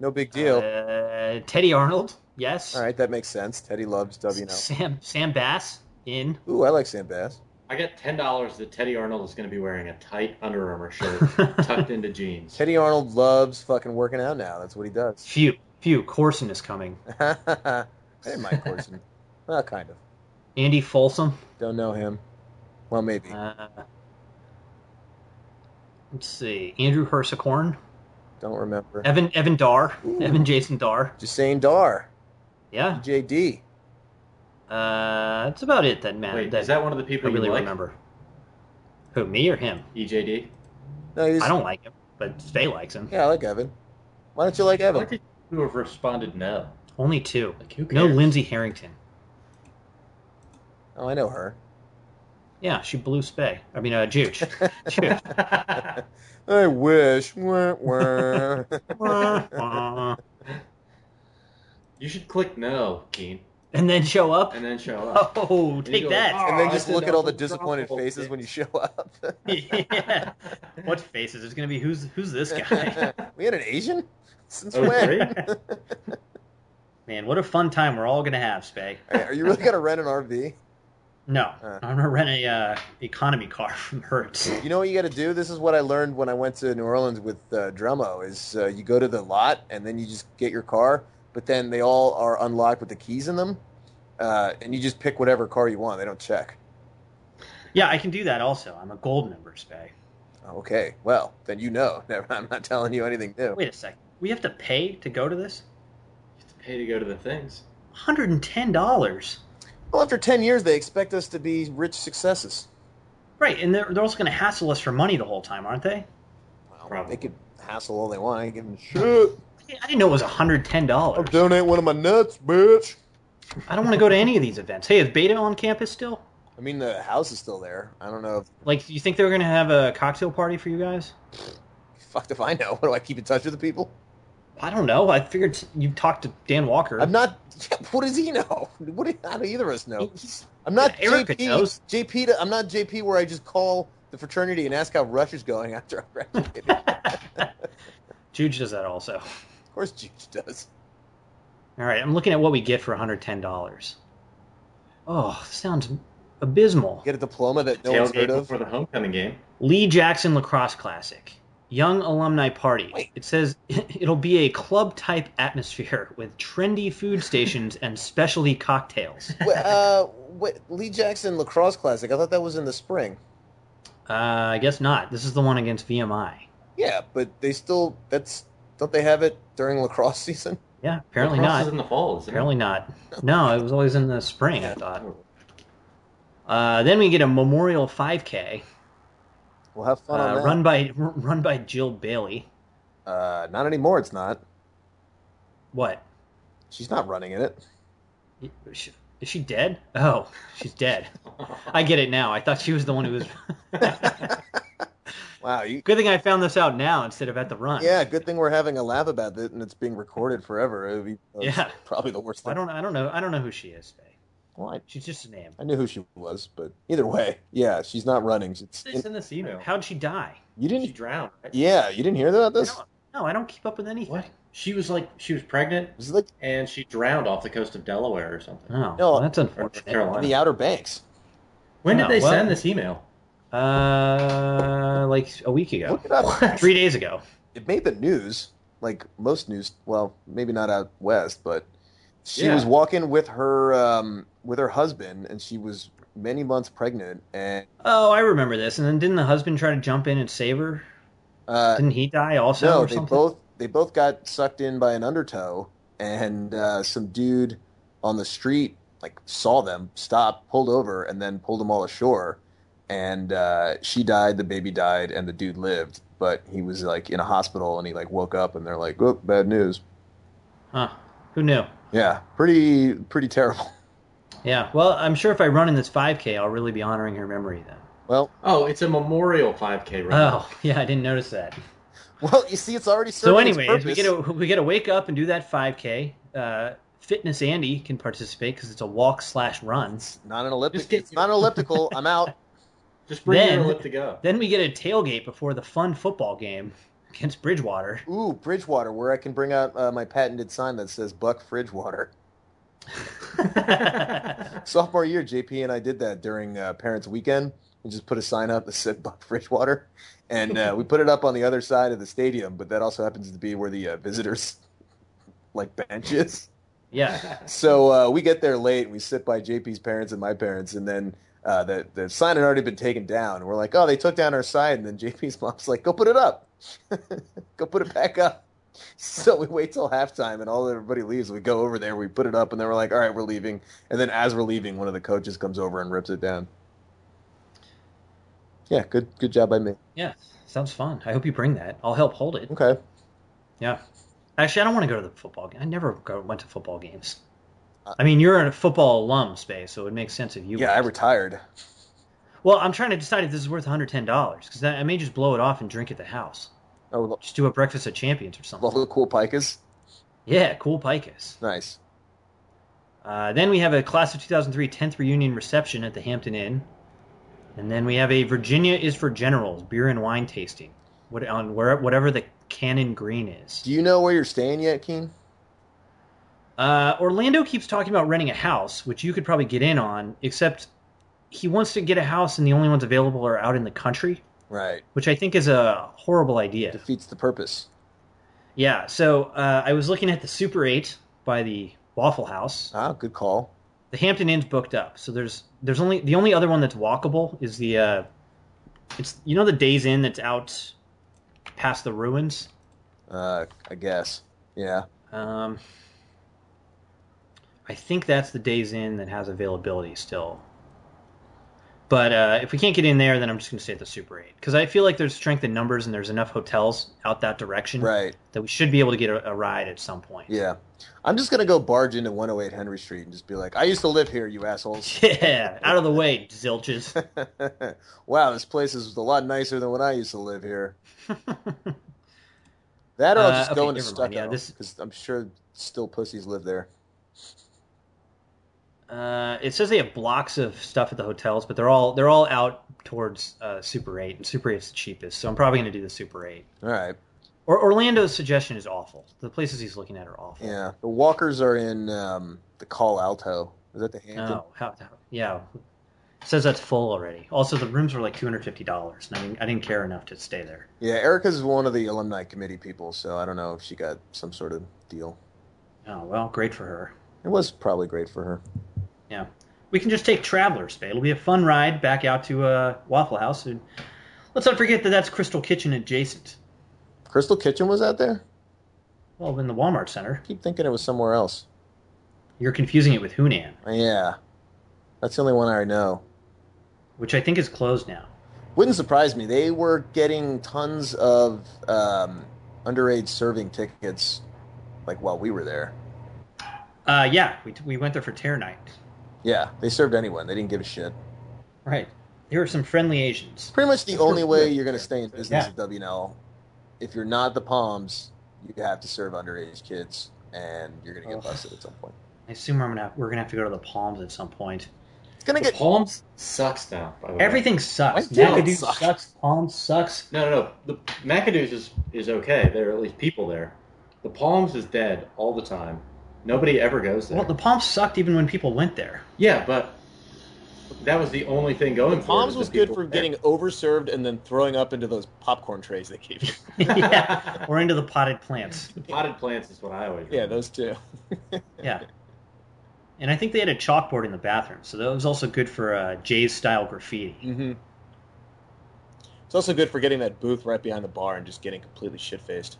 Speaker 2: No big deal.
Speaker 3: Uh, Teddy Arnold, yes.
Speaker 2: All right, that makes sense. Teddy loves W. Now.
Speaker 3: Sam Sam Bass in.
Speaker 2: Ooh, I like Sam Bass.
Speaker 4: I got ten dollars that Teddy Arnold is going to be wearing a tight Under
Speaker 3: *laughs*
Speaker 4: Armour shirt tucked into jeans.
Speaker 2: Teddy Arnold loves fucking working out now. That's what he does.
Speaker 3: Phew, phew. Corson is coming. *laughs*
Speaker 2: I didn't mind Corson. *laughs* well, kind of.
Speaker 3: Andy Folsom.
Speaker 2: Don't know him. Well, maybe.
Speaker 3: Uh, let's see. Andrew Hersicorn.
Speaker 2: Don't remember.
Speaker 3: Evan Evan Dar.
Speaker 2: Ooh.
Speaker 3: Evan Jason Dar.
Speaker 2: Jasane Dar,
Speaker 3: Yeah.
Speaker 2: JD.
Speaker 3: Uh, that's about it uh, that man.
Speaker 4: Wait, is that one of the
Speaker 3: I
Speaker 4: people you
Speaker 3: really
Speaker 4: like? E
Speaker 3: remember. Who, me or him?
Speaker 4: EJD.
Speaker 2: No, he's.
Speaker 3: I don't like him, but Spay likes him.
Speaker 2: Yeah, I like Evan. Why don't you like
Speaker 4: I'd like
Speaker 2: Evan?
Speaker 4: to who have responded no.
Speaker 3: Only two.
Speaker 4: Like who
Speaker 3: No
Speaker 4: cares?
Speaker 3: Lindsay Harrington.
Speaker 2: Oh, I know her.
Speaker 3: Yeah, she blew Spay. I mean, uh,
Speaker 4: *laughs*
Speaker 3: Juge. Juge.
Speaker 2: I wish. Wah, *laughs* wah.
Speaker 3: and
Speaker 4: You should click no, Keen,
Speaker 3: then show up.
Speaker 4: and then show up.
Speaker 3: *laughs* Oh,
Speaker 4: you
Speaker 3: take
Speaker 4: go,
Speaker 3: that.
Speaker 2: and
Speaker 4: "Oh,
Speaker 2: then
Speaker 4: I
Speaker 2: just
Speaker 4: did
Speaker 2: look at
Speaker 4: not
Speaker 2: all the
Speaker 4: look for
Speaker 2: disappointed
Speaker 4: alcohol,
Speaker 2: faces when you show up.
Speaker 3: *laughs* yeah. What faces? It's gonna be who's who's
Speaker 4: *laughs*
Speaker 3: this guy?
Speaker 2: *laughs* we had an Asian? Since
Speaker 4: Oh,
Speaker 2: when?
Speaker 4: great.
Speaker 3: Man, what a fun time we're all gonna have, Spay.
Speaker 2: Hey, Are you really gonna rent an RV?
Speaker 3: No,
Speaker 2: Uh.
Speaker 3: I'm gonna rent a uh, economy car *laughs* from Hertz.
Speaker 2: You know what you got to do? This is what I learned when I went to New Orleans with uh, Drummo. Is uh, you go to the lot and then you just get your car, but then they all are unlocked with the keys in them, uh, and you just pick whatever car you want. They don't check.
Speaker 3: Yeah, I can do that also. I'm a gold member, Spay.
Speaker 2: Okay, well then you know. *laughs* Never, I'm not telling you anything new.
Speaker 3: Wait a second. We have to pay to go to this?
Speaker 4: You have to pay to go to the things.
Speaker 3: $110.
Speaker 2: Well, after ten years, they expect us to be rich successes.
Speaker 3: Right, and they're, they're also going to hassle us for money the whole time, aren't they?
Speaker 2: Well,
Speaker 4: Probably.
Speaker 2: they could hassle all they want. I ain't giving a shit.
Speaker 3: I didn't know it was $110.
Speaker 2: donate one of my nuts, bitch.
Speaker 3: I don't want to go to any of these events. Hey, is Beta on campus still?
Speaker 2: I mean, the house is still there. I don't know. If,
Speaker 3: Like, do you think they're going to have a cocktail party for you guys?
Speaker 2: fucked if I know. *laughs* What do I keep in touch with the people?
Speaker 3: I don't know. I figured you talked to Dan Walker.
Speaker 2: I'm not. *laughs* What does he know? *laughs* What do, how do either of us know?
Speaker 3: *laughs* He's-
Speaker 2: I'm not *laughs*
Speaker 3: Yeah, Erica
Speaker 2: JP.
Speaker 3: knows.
Speaker 2: JP. To, I'm not JP where I just call the fraternity and ask how Rush is going *laughs* after I
Speaker 3: *laughs*
Speaker 2: graduated. of
Speaker 3: Juge does that also.
Speaker 2: course, Juge does.
Speaker 3: All right, I'm looking at what we get for $110. Oh, sounds abysmal.
Speaker 2: Get a diploma that no one's
Speaker 4: Tailgate
Speaker 2: heard of.
Speaker 4: before the homecoming game.
Speaker 3: Lee Jackson Lacrosse Classic. Young Alumni Party.
Speaker 2: Wait.
Speaker 3: It says *laughs* it'll be a club type atmosphere with trendy food stations and specialty
Speaker 4: *laughs*
Speaker 3: cocktails.
Speaker 2: Wait, uh, wait, Lee Jackson lacrosse classic. I thought that was in the spring.
Speaker 3: Uh, I guess not. This is the one against VMI.
Speaker 2: Yeah, but they still. That's don't they have it during lacrosse *laughs* season?
Speaker 3: Yeah, apparently
Speaker 4: Lacrosse
Speaker 3: not.
Speaker 4: Is in the fall, isn't Oh.
Speaker 3: Apparently not. No, it was always in the spring, I
Speaker 4: it?
Speaker 3: thought. Uh, then we get a Memorial 5K
Speaker 2: We'll have fun on
Speaker 3: uh,
Speaker 2: that.
Speaker 3: run by *laughs* run by Jill Bailey.
Speaker 2: Uh, not anymore. It's not.
Speaker 3: What?
Speaker 2: She's not running in it.
Speaker 3: Is she- is she dead? Oh, she's
Speaker 4: *laughs*
Speaker 3: dead. I get it now. I thought she was the one who was.
Speaker 4: *laughs*
Speaker 2: *laughs* Wow, you
Speaker 3: Good thing I found this out now instead of at the run.
Speaker 2: Yeah, good thing we're having a laugh about it and it's being recorded forever. It would be that's
Speaker 3: Yeah.
Speaker 2: probably the worst
Speaker 3: I
Speaker 2: thing.
Speaker 3: don't. I don't know. I don't know who she is. Faye.
Speaker 2: Well, I,
Speaker 3: She's just a name.
Speaker 2: I knew who she was, but either way, yeah, she's not running. It's,
Speaker 4: They send this email.
Speaker 3: How'd she die?
Speaker 2: you
Speaker 4: She
Speaker 2: didn't.
Speaker 4: drowned. Right?
Speaker 2: Yeah, you didn't hear about
Speaker 3: I
Speaker 2: this.
Speaker 3: don't, no, I don't keep up with anything.
Speaker 4: What? She was like, she was pregnant,
Speaker 2: This is like
Speaker 4: and she drowned off the coast of Delaware or something.
Speaker 3: Oh,
Speaker 2: No,
Speaker 3: well, that's
Speaker 4: Or North
Speaker 3: unfortunate.
Speaker 4: Carolina.
Speaker 2: the Outer Banks.
Speaker 4: when did
Speaker 3: No,
Speaker 4: they
Speaker 3: uh, well-
Speaker 4: send
Speaker 3: *laughs*
Speaker 4: this email?
Speaker 3: Uh, like a week ago,
Speaker 2: Look it up.
Speaker 3: three days ago.
Speaker 2: It made the news, like most news. Well, maybe not out west, but she
Speaker 4: Yeah.
Speaker 2: was walking with her um, with her husband, and she was many months pregnant, and
Speaker 3: Oh, I remember this. And then didn't the husband try to jump in and save her?
Speaker 2: uh,
Speaker 3: Didn't he die also?
Speaker 2: No,
Speaker 3: or
Speaker 2: they
Speaker 3: something?
Speaker 2: both they both got sucked in by an undertow, and uh, some dude on the street like saw them, stopped, pulled over, and then pulled them all ashore. And uh, she died, the baby died, and the dude lived, but he was like in a hospital, and he like woke up, and they're like, "Oh, bad news."
Speaker 3: Huh. Who knew?
Speaker 2: Yeah, pretty pretty terrible. *laughs*
Speaker 3: Yeah. Well, I'm sure if I run in this 5K, I'll really be honoring her memory then.
Speaker 2: Well,
Speaker 4: Oh, it's a memorial 5K run.
Speaker 3: Oh, *laughs* yeah, I didn't notice that.
Speaker 2: well, you see, it's already
Speaker 3: So,
Speaker 2: serving its
Speaker 3: anyways, we
Speaker 2: purpose.
Speaker 3: get to we get to wake up and do that 5K. Uh, Fitness Andy can participate because it's a walk slash run.
Speaker 2: It's not an elliptical.
Speaker 4: Just get-
Speaker 2: It's not an elliptical. I'm out.
Speaker 4: Just bring
Speaker 3: Then-
Speaker 4: your lip
Speaker 3: *laughs*
Speaker 4: to go.
Speaker 3: Then we get a tailgate before the fun football game against Bridgewater. *laughs*
Speaker 2: Ooh, Bridgewater, where I can bring out uh, my patented sign that says "Buck Bridgewater."
Speaker 4: *laughs*
Speaker 2: sophomore year, JP and I did that during uh, parents' weekend. We just put a sign up that said Buck Bridgewater, and uh, we put it up on the other side of the stadium. But that also happens to be where the uh, visitors *laughs* like bench is.
Speaker 3: yeah.
Speaker 2: So uh, we get there late. and We sit by JP's parents and my parents, and then. Uh, the the sign had already been taken down. We're like, oh, they took down our sign, and then JP's *laughs* mom's like, go put it up, *laughs* go put it back up. *laughs* So we wait till halftime, and all everybody leaves. We go over there, we put it up, and then we're like, all right, we're leaving. And then as we're leaving, one of the coaches comes over and rips it down. Yeah, good good job by me.
Speaker 3: Yeah. Sounds fun. I hope you bring that. I'll help hold it.
Speaker 2: Okay,
Speaker 3: Yeah. Actually, I don't want to go to the football game. I never go, went to football games. I mean, you're a football alum, space, so it makes sense if you.
Speaker 2: Uh, Yeah, I
Speaker 3: went.
Speaker 2: retired.
Speaker 3: well, I'm trying to decide if this is worth 110 dollars because I may just blow it off and drink at the house.
Speaker 2: Oh,
Speaker 3: Just do a breakfast at Champions or something.
Speaker 2: all the cool pikas.
Speaker 3: Yeah, cool pikas.
Speaker 2: Nice.
Speaker 3: Uh, then we have a class of 2003 10th reunion reception at the Hampton Inn, and then we have a Virginia is for generals beer and wine tasting, what on where whatever the Cannon Green is.
Speaker 2: Do you know where you're staying yet, Keen?
Speaker 3: Uh, Orlando keeps talking about renting a house, which you could probably get in on, except he wants to get a house and the only ones available are out in the country,
Speaker 2: Right.
Speaker 3: which I think is a horrible idea.
Speaker 2: Defeats the purpose.
Speaker 3: Yeah, so uh, I was looking at the Super 8 by the Waffle House.
Speaker 2: Ah, good call.
Speaker 3: The Hampton Inn's booked up, so there's there's only the only other one that's walkable is the uh, it's you know the Days Inn that's out past the ruins.
Speaker 2: Uh, I guess. Yeah.
Speaker 3: Um, I think that's the Days Inn that has availability still. But uh, if we can't get in there, then I'm just going to stay at the Super 8 because I feel like there's strength in numbers and there's enough hotels out that direction
Speaker 2: Right.
Speaker 3: that we should be able to get a, a ride at some point.
Speaker 2: Yeah. I'm just gonna go barge into 108 Henry Street and just be like, "I used to live here, you assholes."
Speaker 3: *laughs*
Speaker 2: *laughs*
Speaker 3: Yeah, out of the way, zilches. *laughs*
Speaker 2: wow, this place is a lot nicer than when I used to live here. That or I'll
Speaker 3: Uh,
Speaker 2: just
Speaker 3: okay,
Speaker 2: go into
Speaker 3: never mind.
Speaker 2: Stucco
Speaker 3: Yeah, this-
Speaker 2: because I'm sure still pussies live there.
Speaker 3: Uh, it says they have blocks of stuff at the hotels, but they're all they're all out towards uh, Super 8, and Super 8's the cheapest, so I'm probably going to do the Super 8.
Speaker 2: All right.
Speaker 3: Or Orlando's suggestion is awful. The places he's looking at are awful.
Speaker 2: Yeah. The Walkers are in um, the Call Alto. Is that the Hampton?
Speaker 3: Oh, how, how- yeah. It says that's full already. Also, the rooms were like two hundred fifty dollars, and I didn't, I didn't care enough to stay there.
Speaker 2: Yeah, Erica's one of the alumni committee people, so I don't know if she got some sort of deal.
Speaker 3: Oh well, great for her.
Speaker 2: It was probably great for her.
Speaker 3: Yeah, we can just take travelers. Bay. It'll be a fun ride back out to uh, Waffle House, and let's not forget that that's Crystal Kitchen adjacent.
Speaker 2: Crystal Kitchen was out there?
Speaker 3: Well, in the Walmart Center,
Speaker 2: I keep thinking it was somewhere else.
Speaker 3: you're confusing it with Hunan,
Speaker 2: Yeah. That's the only one I know.
Speaker 3: which I think is closed now.
Speaker 2: Wouldn't surprise me. They were getting tons of um, underage serving tickets like while we were there.
Speaker 3: Uh, yeah, we, we went there for Terror Night.
Speaker 2: Yeah, they served anyone. They didn't give a shit.
Speaker 3: Right. There were some friendly Asians.
Speaker 2: Pretty much the only way you're going to stay in business
Speaker 3: Yeah.
Speaker 2: at WNL, if you're not the Palms, you have to serve underage kids, and you're going to get
Speaker 3: Oh.
Speaker 2: busted at some point.
Speaker 3: I assume I'm gonna we're gonna have to go to the Palms at some point.
Speaker 2: It's going to
Speaker 4: The
Speaker 2: get
Speaker 4: Palms sucks now. By the way.
Speaker 3: Everything sucks.
Speaker 2: Why do
Speaker 4: it
Speaker 3: McAdoo
Speaker 2: suck?
Speaker 3: sucks. Palms sucks.
Speaker 4: No, no, no. The McAdoo's is is okay. There are at least people there. The Palms is dead all the time. Nobody ever goes there.
Speaker 3: Well, the Palms sucked even when people went there.
Speaker 4: yeah, but that was the only thing going. for it,
Speaker 7: Palms
Speaker 4: the
Speaker 7: was good
Speaker 4: people
Speaker 7: for
Speaker 4: there.
Speaker 7: getting overserved and then throwing up into those popcorn trays they gave you. *laughs*
Speaker 3: yeah, or into the potted plants.
Speaker 4: *laughs* potted plants. Is what I always.
Speaker 7: yeah,
Speaker 4: remember.
Speaker 7: those two.
Speaker 3: Yeah. And I think they had a chalkboard in the bathroom, so that was also good for uh, Jay's style graffiti.
Speaker 7: Mm-hmm. It's also good for getting that booth right behind the bar and just getting completely shit faced.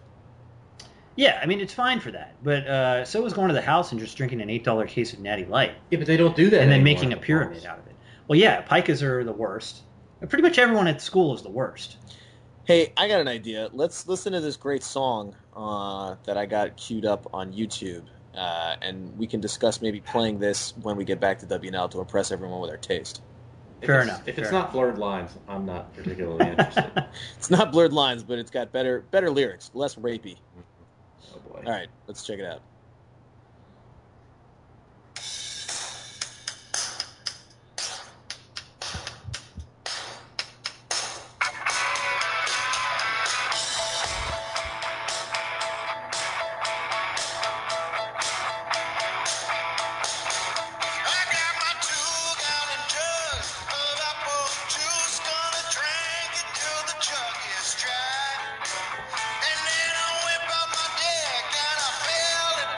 Speaker 3: Yeah, I mean it's fine for that, but uh, so was going to the house and just drinking an eight dollar case of Natty Light
Speaker 4: yeah, but they don't do that.
Speaker 3: and then
Speaker 4: anymore
Speaker 3: making a
Speaker 4: at the
Speaker 3: pyramid
Speaker 4: Palms.
Speaker 3: out of it. Well, yeah, pikas are the worst. And Pretty much everyone at school is the worst. *laughs*
Speaker 7: Hey, I got an idea. Let's listen to this great song uh, that I got queued up on YouTube, uh, and we can discuss maybe playing this when we get back to WNL to impress everyone with our taste.
Speaker 4: If
Speaker 3: Fair
Speaker 4: it's-
Speaker 3: enough,
Speaker 4: If
Speaker 3: fair
Speaker 4: it's not blurred lines, I'm not particularly *laughs* interested.
Speaker 7: It's not blurred lines, but it's got better better lyrics, less rapey.
Speaker 4: oh boy.
Speaker 7: All right, let's check it out.
Speaker 8: And then I went by my deck and I fell in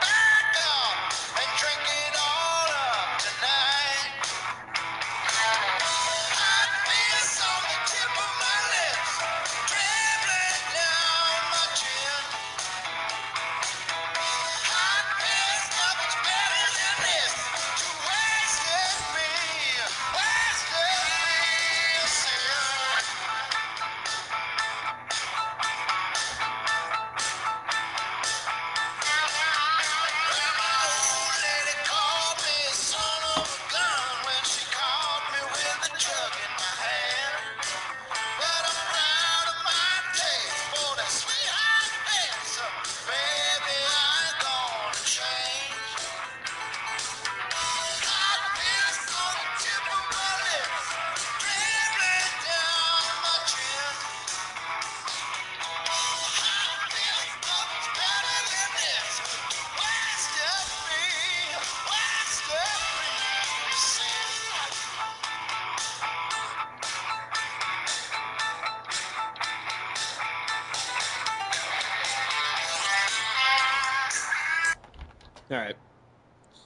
Speaker 2: All right.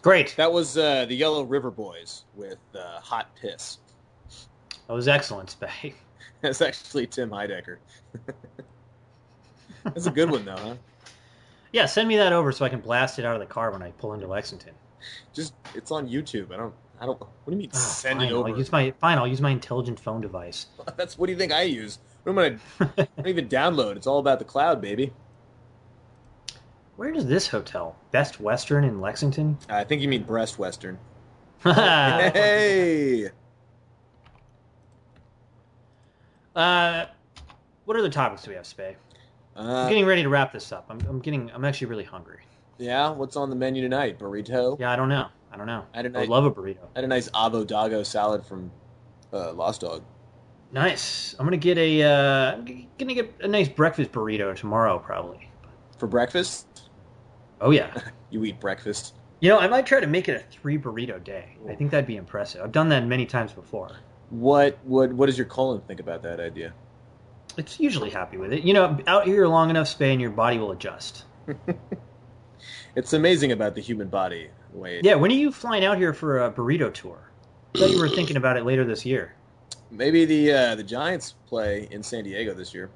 Speaker 3: Great.
Speaker 2: That was uh, the Yellow River Boys with uh, Hot Piss. *laughs*
Speaker 3: That was excellent, Spay.
Speaker 2: That's actually Tim Heidecker. *laughs* That's a good one, though, huh?
Speaker 3: Yeah, send me that over so I can blast it out of the car when I pull into Lexington.
Speaker 2: Just it's on YouTube. I don't. I don't. What do you mean?
Speaker 3: Ah,
Speaker 2: send
Speaker 3: fine,
Speaker 2: it over.
Speaker 3: I'll use my fine. I'll use my intelligent phone device.
Speaker 2: *laughs*
Speaker 3: *laughs*
Speaker 2: That's what do you think I use? What am I? gonna- I don't even download. It's all about the cloud, baby.
Speaker 3: Where does this hotel? Best Western in Lexington. *laughs*
Speaker 2: Uh, I think you mean breast western.
Speaker 3: uh,
Speaker 2: hey.
Speaker 3: Uh, what other topics do we have, Spay? I'm
Speaker 2: Uh,
Speaker 3: getting ready to wrap this up. I'm, I'm getting. I'm actually really hungry.
Speaker 2: yeah. What's on the menu tonight? Burrito.
Speaker 3: Yeah, I don't know. I don't know.
Speaker 2: I don't
Speaker 3: I would
Speaker 2: know.
Speaker 3: love a burrito.
Speaker 2: I had a nice avo dago salad from uh, Lost Dog.
Speaker 3: Nice. I'm gonna get a. Uh, I'm g- gonna get a nice breakfast burrito tomorrow, probably.
Speaker 2: For breakfast,
Speaker 3: Oh yeah.
Speaker 2: you eat breakfast.
Speaker 3: You know, I might try to make it a three burrito day. I think that'd be impressive. I've done that many times before.
Speaker 2: What would what does your colon think about that idea?
Speaker 3: It's usually happy with it. You know, out here long enough, span your body will adjust.
Speaker 2: It's amazing about the human body. the way it-
Speaker 3: Yeah. When are you flying out here for a burrito tour? I thought you were thinking about it later this year.
Speaker 2: Maybe the uh, the Giants play in San Diego this year.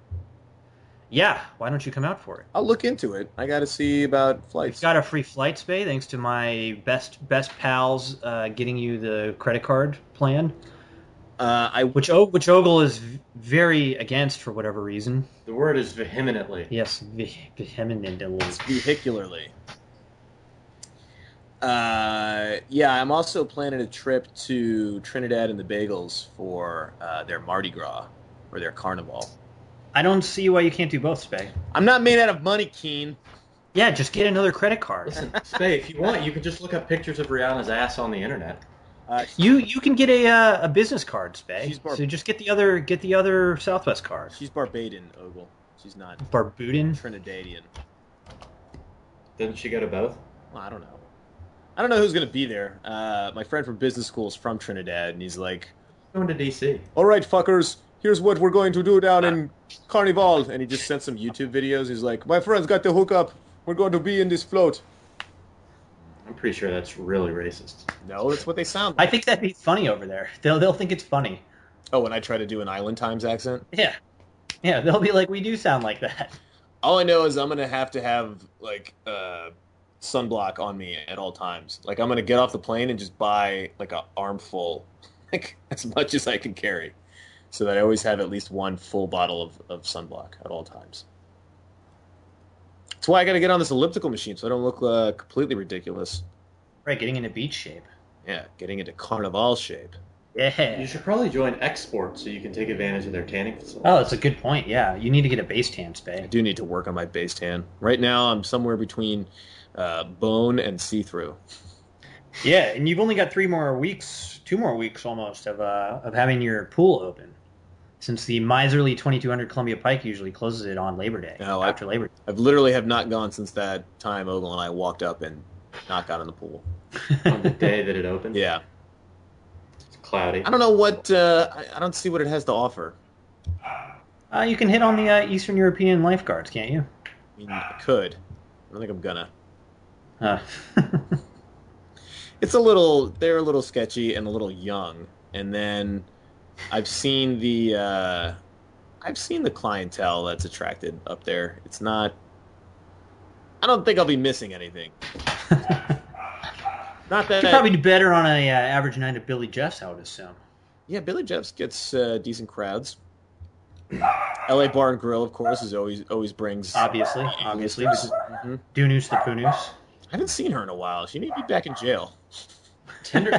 Speaker 3: Yeah. Why don't you come out for it?
Speaker 2: I'll look into it. I got to see about
Speaker 3: We've
Speaker 2: flights.
Speaker 3: got a free flight spay thanks to my best best pals uh, getting you the credit card plan,
Speaker 2: uh, I
Speaker 3: which o- which Ogle is v- very against for whatever reason.
Speaker 4: The word is vehemently.
Speaker 3: Yes, ve- vehemently.
Speaker 2: vehicularly. Uh, yeah, I'm also planning a trip to Trinidad and the Bagels for uh, their Mardi Gras or their Carnival.
Speaker 3: I don't see why you can't do both, Spay.
Speaker 2: I'm not made out of money, Keen.
Speaker 3: Yeah, just get another credit card.
Speaker 4: Listen, Spay, if you want, you can just look up pictures of Rihanna's ass on the internet.
Speaker 2: Uh,
Speaker 3: You you can get a uh, a business card, Spay.
Speaker 2: She's more-
Speaker 3: so just get the other get the other Southwest card.
Speaker 2: she's Barbadian, Ogle. She's not
Speaker 3: Barbudan.
Speaker 2: Trinidadian.
Speaker 4: Didn't she go to both?
Speaker 2: Well, I don't know. I don't know who's going to be there. Uh, my friend from business school is from Trinidad, and he's like,
Speaker 4: Going to DC.
Speaker 2: all right, fuckers, here's what we're going to do down in Carnival. And he just sent some YouTube videos. He's like, my friend's got the hookup. We're going to be in this float.
Speaker 4: I'm pretty sure that's really racist.
Speaker 2: No, that's what they sound
Speaker 3: I
Speaker 2: like.
Speaker 3: think that'd be funny over there. They'll they'll think it's funny.
Speaker 2: Oh, and I try to do an Island Times accent.
Speaker 3: Yeah, yeah. They'll be like, we do sound like that. *laughs*
Speaker 2: All I know is I'm going to have to have, like, uh, sunblock on me at all times. Like, I'm going to get off the plane and just buy, like, a armful, *laughs* like, as much as I can carry. So that I always have at least one full bottle of, of sunblock at all times. That's why I got to get on this elliptical machine so I don't look uh, completely ridiculous.
Speaker 3: Right, getting into beach shape.
Speaker 2: Yeah, getting into carnival shape.
Speaker 4: You
Speaker 3: Yeah.
Speaker 4: should probably join Export so you can take advantage of their tanning facility.
Speaker 3: Oh, that's a good point. Yeah, you need to get a base tan,
Speaker 2: I
Speaker 3: Spay.
Speaker 2: do need to work on my base tan. Right now, I'm somewhere between uh, bone and see through.
Speaker 3: Yeah, and you've only got three more weeks, two more weeks almost of uh, of having your pool open, since the miserly 2200 Columbia Pike usually closes it on Labor Day.
Speaker 2: Oh, I-
Speaker 3: after Labor.
Speaker 2: I've literally have not gone since that time Ogle and I walked up and knocked out in the pool.
Speaker 3: Day.
Speaker 4: On the day that it opened?
Speaker 2: Yeah,
Speaker 4: It's cloudy.
Speaker 2: I don't know what uh, I, I don't see what it has to offer.
Speaker 3: *laughs* Uh, you can hit on the uh, Eastern European lifeguards, can't you?
Speaker 2: I mean, I could. I don't think I'm gonna.
Speaker 3: Uh, *laughs*
Speaker 2: It's a little. They're a little sketchy and a little young. And then I've seen the uh, I've seen the clientele that's attracted up there. It's not. I don't think I'll be missing anything. Not that
Speaker 3: should probably do better on a uh, average night at Billy Jeff's, I would assume.
Speaker 2: Yeah, Billy Jeff's gets uh, decent crowds. *clears throat* L.A. Bar and Grill, of course, is always always brings.
Speaker 3: Obviously, obviously, this is
Speaker 2: Mhm.
Speaker 3: Dunus the Punus.
Speaker 2: I haven't seen her in a while. She may be back in jail.
Speaker 4: Tinder. *laughs*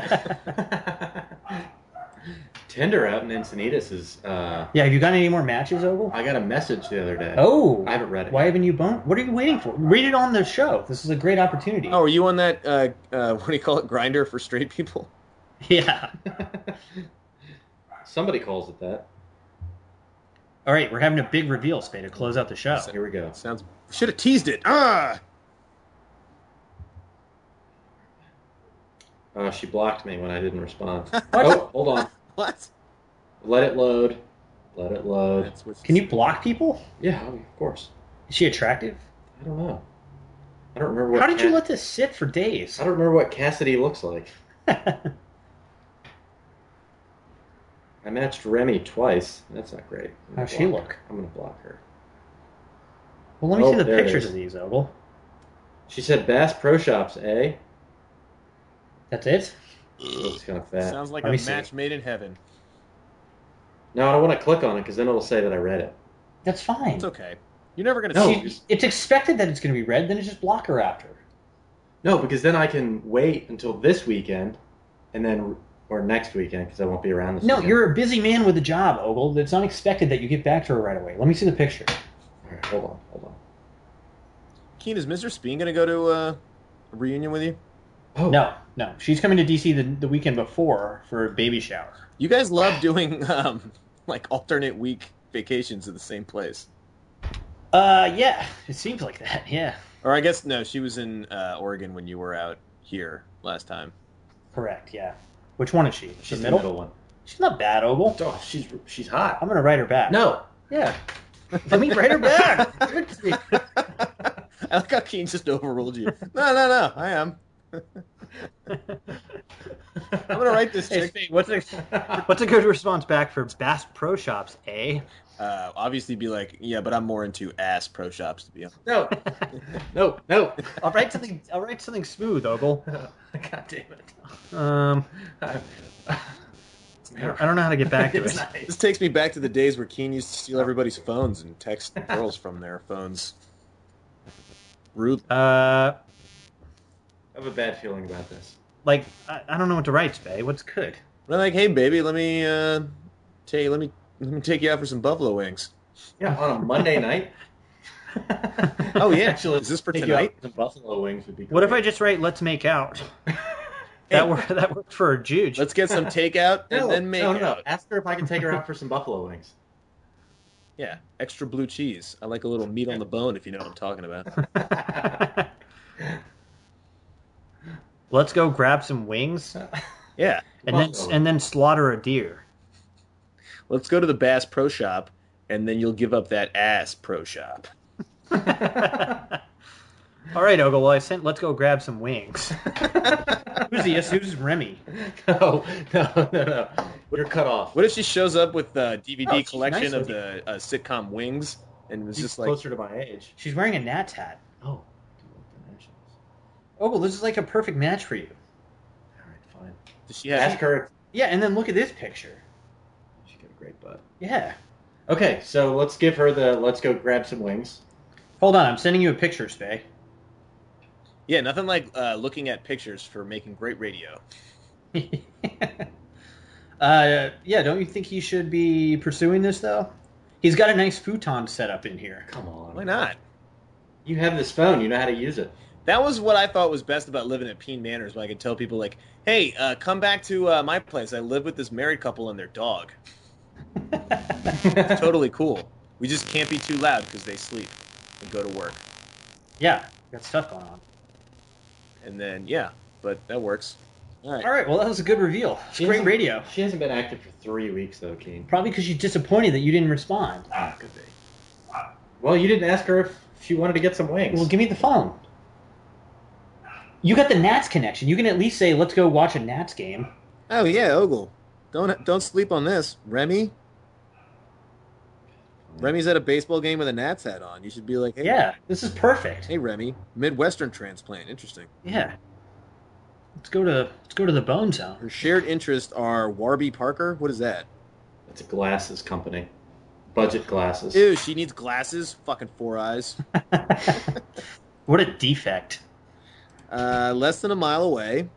Speaker 4: Tinder out in Encinitas is. Uh,
Speaker 3: *laughs* Yeah, have you got any more matches, Ogle?
Speaker 4: I got a message the other day.
Speaker 3: Oh,
Speaker 4: I haven't read it.
Speaker 3: Why haven't you boned? What are you waiting for? Read it on the show. This is a great opportunity.
Speaker 2: Oh, are you on that? Uh, uh, *laughs* what do you call it? Grinder for straight people?
Speaker 3: *laughs* yeah.
Speaker 4: *laughs* Somebody calls it that.
Speaker 3: All right, we're having a big reveal, Spade, to close out the show.
Speaker 4: Here we go.
Speaker 2: Sounds. Should have teased it. Ah.
Speaker 4: Oh, she blocked me when I didn't respond. oh, hold on.
Speaker 2: What?
Speaker 4: Let it load. Let it load.
Speaker 2: That's what she
Speaker 3: Can you
Speaker 2: said.
Speaker 3: block people?
Speaker 4: Yeah, of course.
Speaker 3: Is she attractive?
Speaker 4: I don't know. I don't remember what.
Speaker 3: How did you
Speaker 4: Ca-
Speaker 3: let this sit for days?
Speaker 4: I don't remember what Cassidy looks like. I matched Remy twice. That's not great. I'm gonna
Speaker 3: How's she
Speaker 4: block
Speaker 3: look?
Speaker 4: her. I'm gonna block her.
Speaker 3: *laughs* Well, let me
Speaker 4: Oh,
Speaker 3: see the
Speaker 4: there it
Speaker 3: pictures
Speaker 4: is.
Speaker 3: of these, Ogle.
Speaker 4: She said Bass Pro Shops, eh?
Speaker 3: That's it.
Speaker 4: That's
Speaker 3: *clears throat*
Speaker 4: kind of fat.
Speaker 2: Sounds like
Speaker 3: Let
Speaker 2: a
Speaker 3: me see.
Speaker 2: match made in heaven.
Speaker 4: No, I don't want to click on it because then it'll say that I read it.
Speaker 3: That's fine.
Speaker 2: It's okay. You're never gonna
Speaker 4: No.
Speaker 2: see.
Speaker 3: You- it's expected that it's going to be red. Then it's just block her after.
Speaker 4: No, because then I can wait until this weekend, and then or next weekend because I won't be around this.
Speaker 3: No,
Speaker 4: weekend.
Speaker 3: you're a busy man with a job, Ogle. It's not expected that you get back to her right away. Let me see the picture.
Speaker 4: All right, hold on, hold on.
Speaker 2: Keen, is Mr. Speen gonna go to uh, a reunion with you?
Speaker 4: Oh
Speaker 3: No, no. She's coming to DC the, the weekend before for a baby shower.
Speaker 2: You guys love doing *laughs* um, like alternate week vacations at the same place.
Speaker 3: Uh, yeah. It seems like that. *laughs* Yeah,
Speaker 2: Or I guess no, she was in uh, Oregon when you were out here last *laughs* time.
Speaker 3: correct. Yeah. Which one is she?
Speaker 4: she's
Speaker 3: the
Speaker 4: the
Speaker 3: middle.
Speaker 4: middle one.
Speaker 3: She's not bad, Ogle.
Speaker 4: Oh, she's she's hot.
Speaker 3: I'm gonna write her back. *laughs*
Speaker 4: No,
Speaker 3: Yeah. Let me write her back. Give it to me.
Speaker 2: I like how Keen just overruled you. No, no, no, I am. I'm gonna write this
Speaker 3: Hey,
Speaker 2: chick.
Speaker 3: Spade, what's a what's a good response back for Bass Pro Shops? Eh?
Speaker 2: Uh, obviously, be like, yeah, but I'm more into ass pro shops to be honest.
Speaker 4: no, no, no. *laughs*
Speaker 3: I'll write something. I'll write something smooth, Ogle.
Speaker 4: God damn it.
Speaker 3: Um,
Speaker 4: I,
Speaker 3: I don't know how to get back *laughs* to it.
Speaker 2: This takes me back to the days where Keen used to steal everybody's phones and *laughs* text girls from their phones. Rude.
Speaker 3: Uh,
Speaker 4: I have a bad feeling about this.
Speaker 3: like I, I don't know what to write, Spade. What's good?
Speaker 2: But I'm like, hey, baby, let me uh, take let me let me take you out for some buffalo wings.
Speaker 4: Yeah, on a Monday night.
Speaker 2: Oh yeah,
Speaker 4: Actually,
Speaker 2: *laughs* is this for
Speaker 4: take you out
Speaker 2: tonight?
Speaker 4: for Some buffalo wings would be.
Speaker 3: What if I
Speaker 4: great.
Speaker 3: just write "Let's make out"? That worked. That worked for Juge.
Speaker 2: Let's get some takeout and *laughs*
Speaker 4: No,
Speaker 2: then make
Speaker 4: no, no, no.
Speaker 2: out.
Speaker 4: Ask her if I can take her out for some
Speaker 2: *laughs*
Speaker 4: buffalo wings. *laughs*
Speaker 2: Yeah, extra blue cheese. I like a little meat on the bone, if you know what I'm talking
Speaker 3: *laughs*
Speaker 2: about.
Speaker 3: *laughs* Let's go grab some wings
Speaker 2: Yeah,
Speaker 3: and then and then slaughter a deer.
Speaker 2: let's go to the Bass Pro Shop, and then you'll give up that ass pro shop.
Speaker 3: All right, Ogle. Well, I sent. Let's go grab some wings. Who's the Who's Remy?
Speaker 4: no, no, no, no. You're cut off.
Speaker 2: What if she shows up with the
Speaker 3: Oh,
Speaker 2: DVD
Speaker 3: she's
Speaker 2: collection
Speaker 3: nice
Speaker 2: of
Speaker 3: looking.
Speaker 2: the uh, sitcom Wings and was
Speaker 4: She's
Speaker 2: just like,
Speaker 4: closer to my age.
Speaker 3: She's wearing a Nats hat.
Speaker 4: Oh,
Speaker 3: Ogle, this is like a perfect match for you.
Speaker 4: All right, fine.
Speaker 2: does she have?
Speaker 4: Ask her. if
Speaker 3: Yeah, and then look at this picture.
Speaker 4: She got a great butt.
Speaker 3: Yeah.
Speaker 4: Okay, so let's give her the. Let's go grab some wings.
Speaker 3: Hold on, I'm sending you a picture, Spay. *laughs*
Speaker 2: Yeah, nothing like uh, looking at pictures for making great radio.
Speaker 3: uh, yeah, don't you think he should be pursuing this though? He's got a nice futon set up in here.
Speaker 4: Come on.
Speaker 2: Why not?
Speaker 4: You have this phone. You know how to
Speaker 2: *laughs*
Speaker 4: use it.
Speaker 2: That was what I thought was best about living at Peen Manors, when I could tell people like, "Hey, uh, come back to uh, my place. I live with this married couple and their dog. Totally cool. We just can't be too loud because they sleep and go to work.
Speaker 3: Yeah, got stuff going on.
Speaker 2: And then yeah, but that works. All right.
Speaker 3: All right, well that was a good reveal. It's
Speaker 4: She
Speaker 3: great
Speaker 4: hasn't-
Speaker 3: radio.
Speaker 4: She hasn't been active for three weeks though, Keen.
Speaker 3: Probably because she's disappointed that you didn't respond.
Speaker 4: Ah, could be. Well, you didn't ask her if she wanted to get some wings.
Speaker 3: Well, give me the phone. You got the Nats connection. You can at least say, "Let's go watch a Nats game."
Speaker 2: Oh yeah, Ogle. Don't don't sleep on this, Remy. Remy's at a baseball game with a Nats hat on. You should be like, hey,
Speaker 3: Yeah, this is perfect.
Speaker 2: hey Remy, Midwestern transplant. Interesting.
Speaker 3: Yeah. Let's go to let's go to the Bone Zone. *laughs*
Speaker 2: Her shared interests are Warby Parker. What is that?
Speaker 4: It's a glasses company, budget glasses.
Speaker 2: Ew, she needs glasses. Fucking four eyes.
Speaker 3: What a defect.
Speaker 2: Uh, less than a mile away.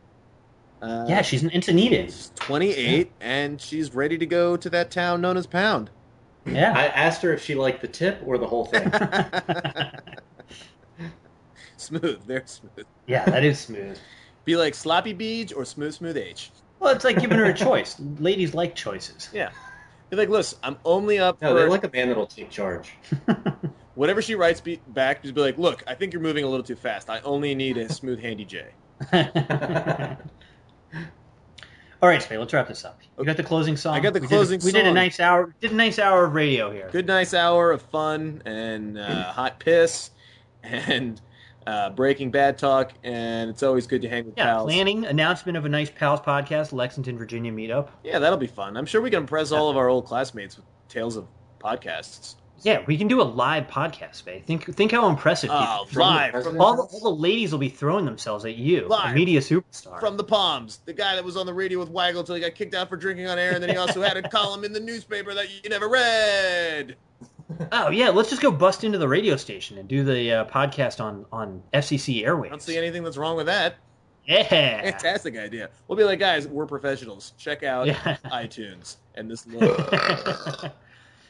Speaker 2: Uh,
Speaker 3: yeah, she's an Antonides.
Speaker 2: she's 28, and she's ready to go to that town known as Pound. *laughs*
Speaker 3: *laughs* Yeah.
Speaker 4: I asked her if she liked the tip or the
Speaker 3: *laughs*
Speaker 4: whole thing.
Speaker 2: Smooth, very smooth.
Speaker 3: yeah, that is smooth.
Speaker 2: Be like Sloppy Beach or Smooth Smooth H.
Speaker 3: Well, it's like giving her a choice. Ladies like choices.
Speaker 2: Yeah. Be like, listen, I'm only up
Speaker 4: no,
Speaker 2: for
Speaker 4: they're like a man that'll take charge.
Speaker 2: whatever she writes be- back. Just be like, look, I think you're moving a little too fast. I only need a smooth handy J.
Speaker 3: All right, Spade, let's wrap this up. You got the closing song.
Speaker 2: I got the
Speaker 3: we
Speaker 2: closing
Speaker 3: did, We did a
Speaker 2: song.
Speaker 3: nice hour. Did a nice hour of radio here.
Speaker 2: Good, nice hour of fun and uh, hot piss and uh, Breaking Bad Talk, and it's always good to hang with
Speaker 3: Yeah,
Speaker 2: pals.
Speaker 3: planning announcement of a nice pals podcast, Lexington, Virginia meetup.
Speaker 2: Yeah, that'll be fun. I'm sure we can impress all of our old classmates with tales of podcasts.
Speaker 3: Yeah, we can do a live podcast, Faye. Think think how impressive.
Speaker 2: Oh,
Speaker 3: people-
Speaker 2: live from,
Speaker 4: president?
Speaker 3: all the, all the ladies will be throwing themselves at you,
Speaker 2: Live.
Speaker 3: a media superstar.
Speaker 2: from the Palms, the guy that was on the radio with Waggle till he got kicked out for drinking on air, and then he also had a column in the newspaper that you never read.
Speaker 3: oh yeah, let's just go bust into the radio station and do the uh, podcast on on FCC
Speaker 2: I
Speaker 3: airwaves.
Speaker 2: don't see anything that's wrong with that.
Speaker 3: yeah,
Speaker 2: Fantastic idea. We'll be like, guys, we're professionals. Check out
Speaker 3: Yeah.
Speaker 2: iTunes and
Speaker 3: *laughs*
Speaker 2: this. Little... *laughs*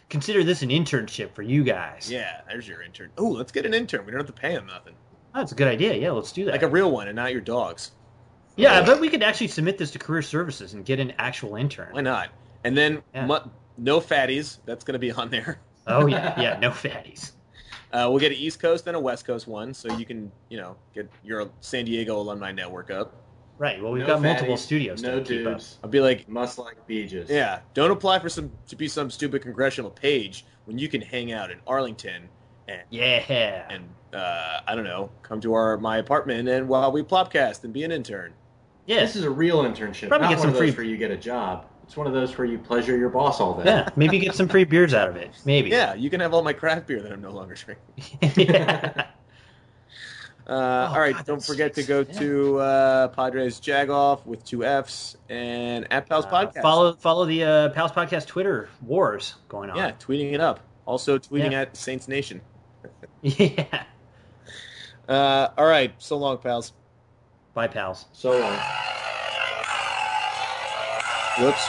Speaker 3: Consider this an internship for you guys.
Speaker 2: yeah, there's your intern. Oh, let's get an intern. We don't have to pay him nothing.
Speaker 3: Oh, that's a good idea. Yeah, let's do that.
Speaker 2: Like a real one, and not your dogs.
Speaker 3: yeah, I bet we could actually submit this to Career Services and get an actual intern.
Speaker 2: Why not? And then
Speaker 3: Yeah.
Speaker 2: mu- no fatties. That's going to be on there. *laughs*
Speaker 3: Oh yeah, yeah, no fatties.
Speaker 2: Uh, we'll get an East Coast and a West Coast one, so you can, you know, get your San Diego alumni network up.
Speaker 3: Right. Well, we've
Speaker 4: No
Speaker 3: got multiple
Speaker 4: fatties,
Speaker 3: studios.
Speaker 4: No
Speaker 3: to keep up.
Speaker 4: dudes.
Speaker 2: I'll be like,
Speaker 4: Must like beaches.
Speaker 2: yeah, don't apply for some to be some stupid congressional page when you can hang out in Arlington and
Speaker 3: Yeah.
Speaker 2: and uh, I don't know, come to our my apartment and while we plopcast and be an intern.
Speaker 3: yes.
Speaker 4: This is a real internship.
Speaker 3: Probably
Speaker 4: Not
Speaker 3: get
Speaker 4: one
Speaker 3: some
Speaker 4: of those
Speaker 3: free-
Speaker 4: where you get a job. It's one of those where you pleasure your boss all day. *laughs*
Speaker 3: yeah. Maybe get some free beers out of it. Maybe.
Speaker 2: Yeah, you can have all my craft beer that I'm no longer drinking.
Speaker 3: *laughs* Yeah.
Speaker 2: Uh, all right,
Speaker 3: Oh, God,
Speaker 2: don't
Speaker 3: that
Speaker 2: forget to
Speaker 3: stinks.
Speaker 2: go
Speaker 3: Yeah.
Speaker 2: to uh, Padres Jagoff with two Fs and at *laughs* Pals
Speaker 3: Uh,
Speaker 2: Podcast.
Speaker 3: follow follow the uh, Pals Podcast Twitter wars going on.
Speaker 2: yeah, tweeting it up. Also tweeting
Speaker 3: Yeah.
Speaker 2: at Saints Nation.
Speaker 3: *laughs* yeah.
Speaker 2: Uh, all right, so long, pals.
Speaker 3: Bye, pals.
Speaker 4: So uh, long.
Speaker 2: Whoops.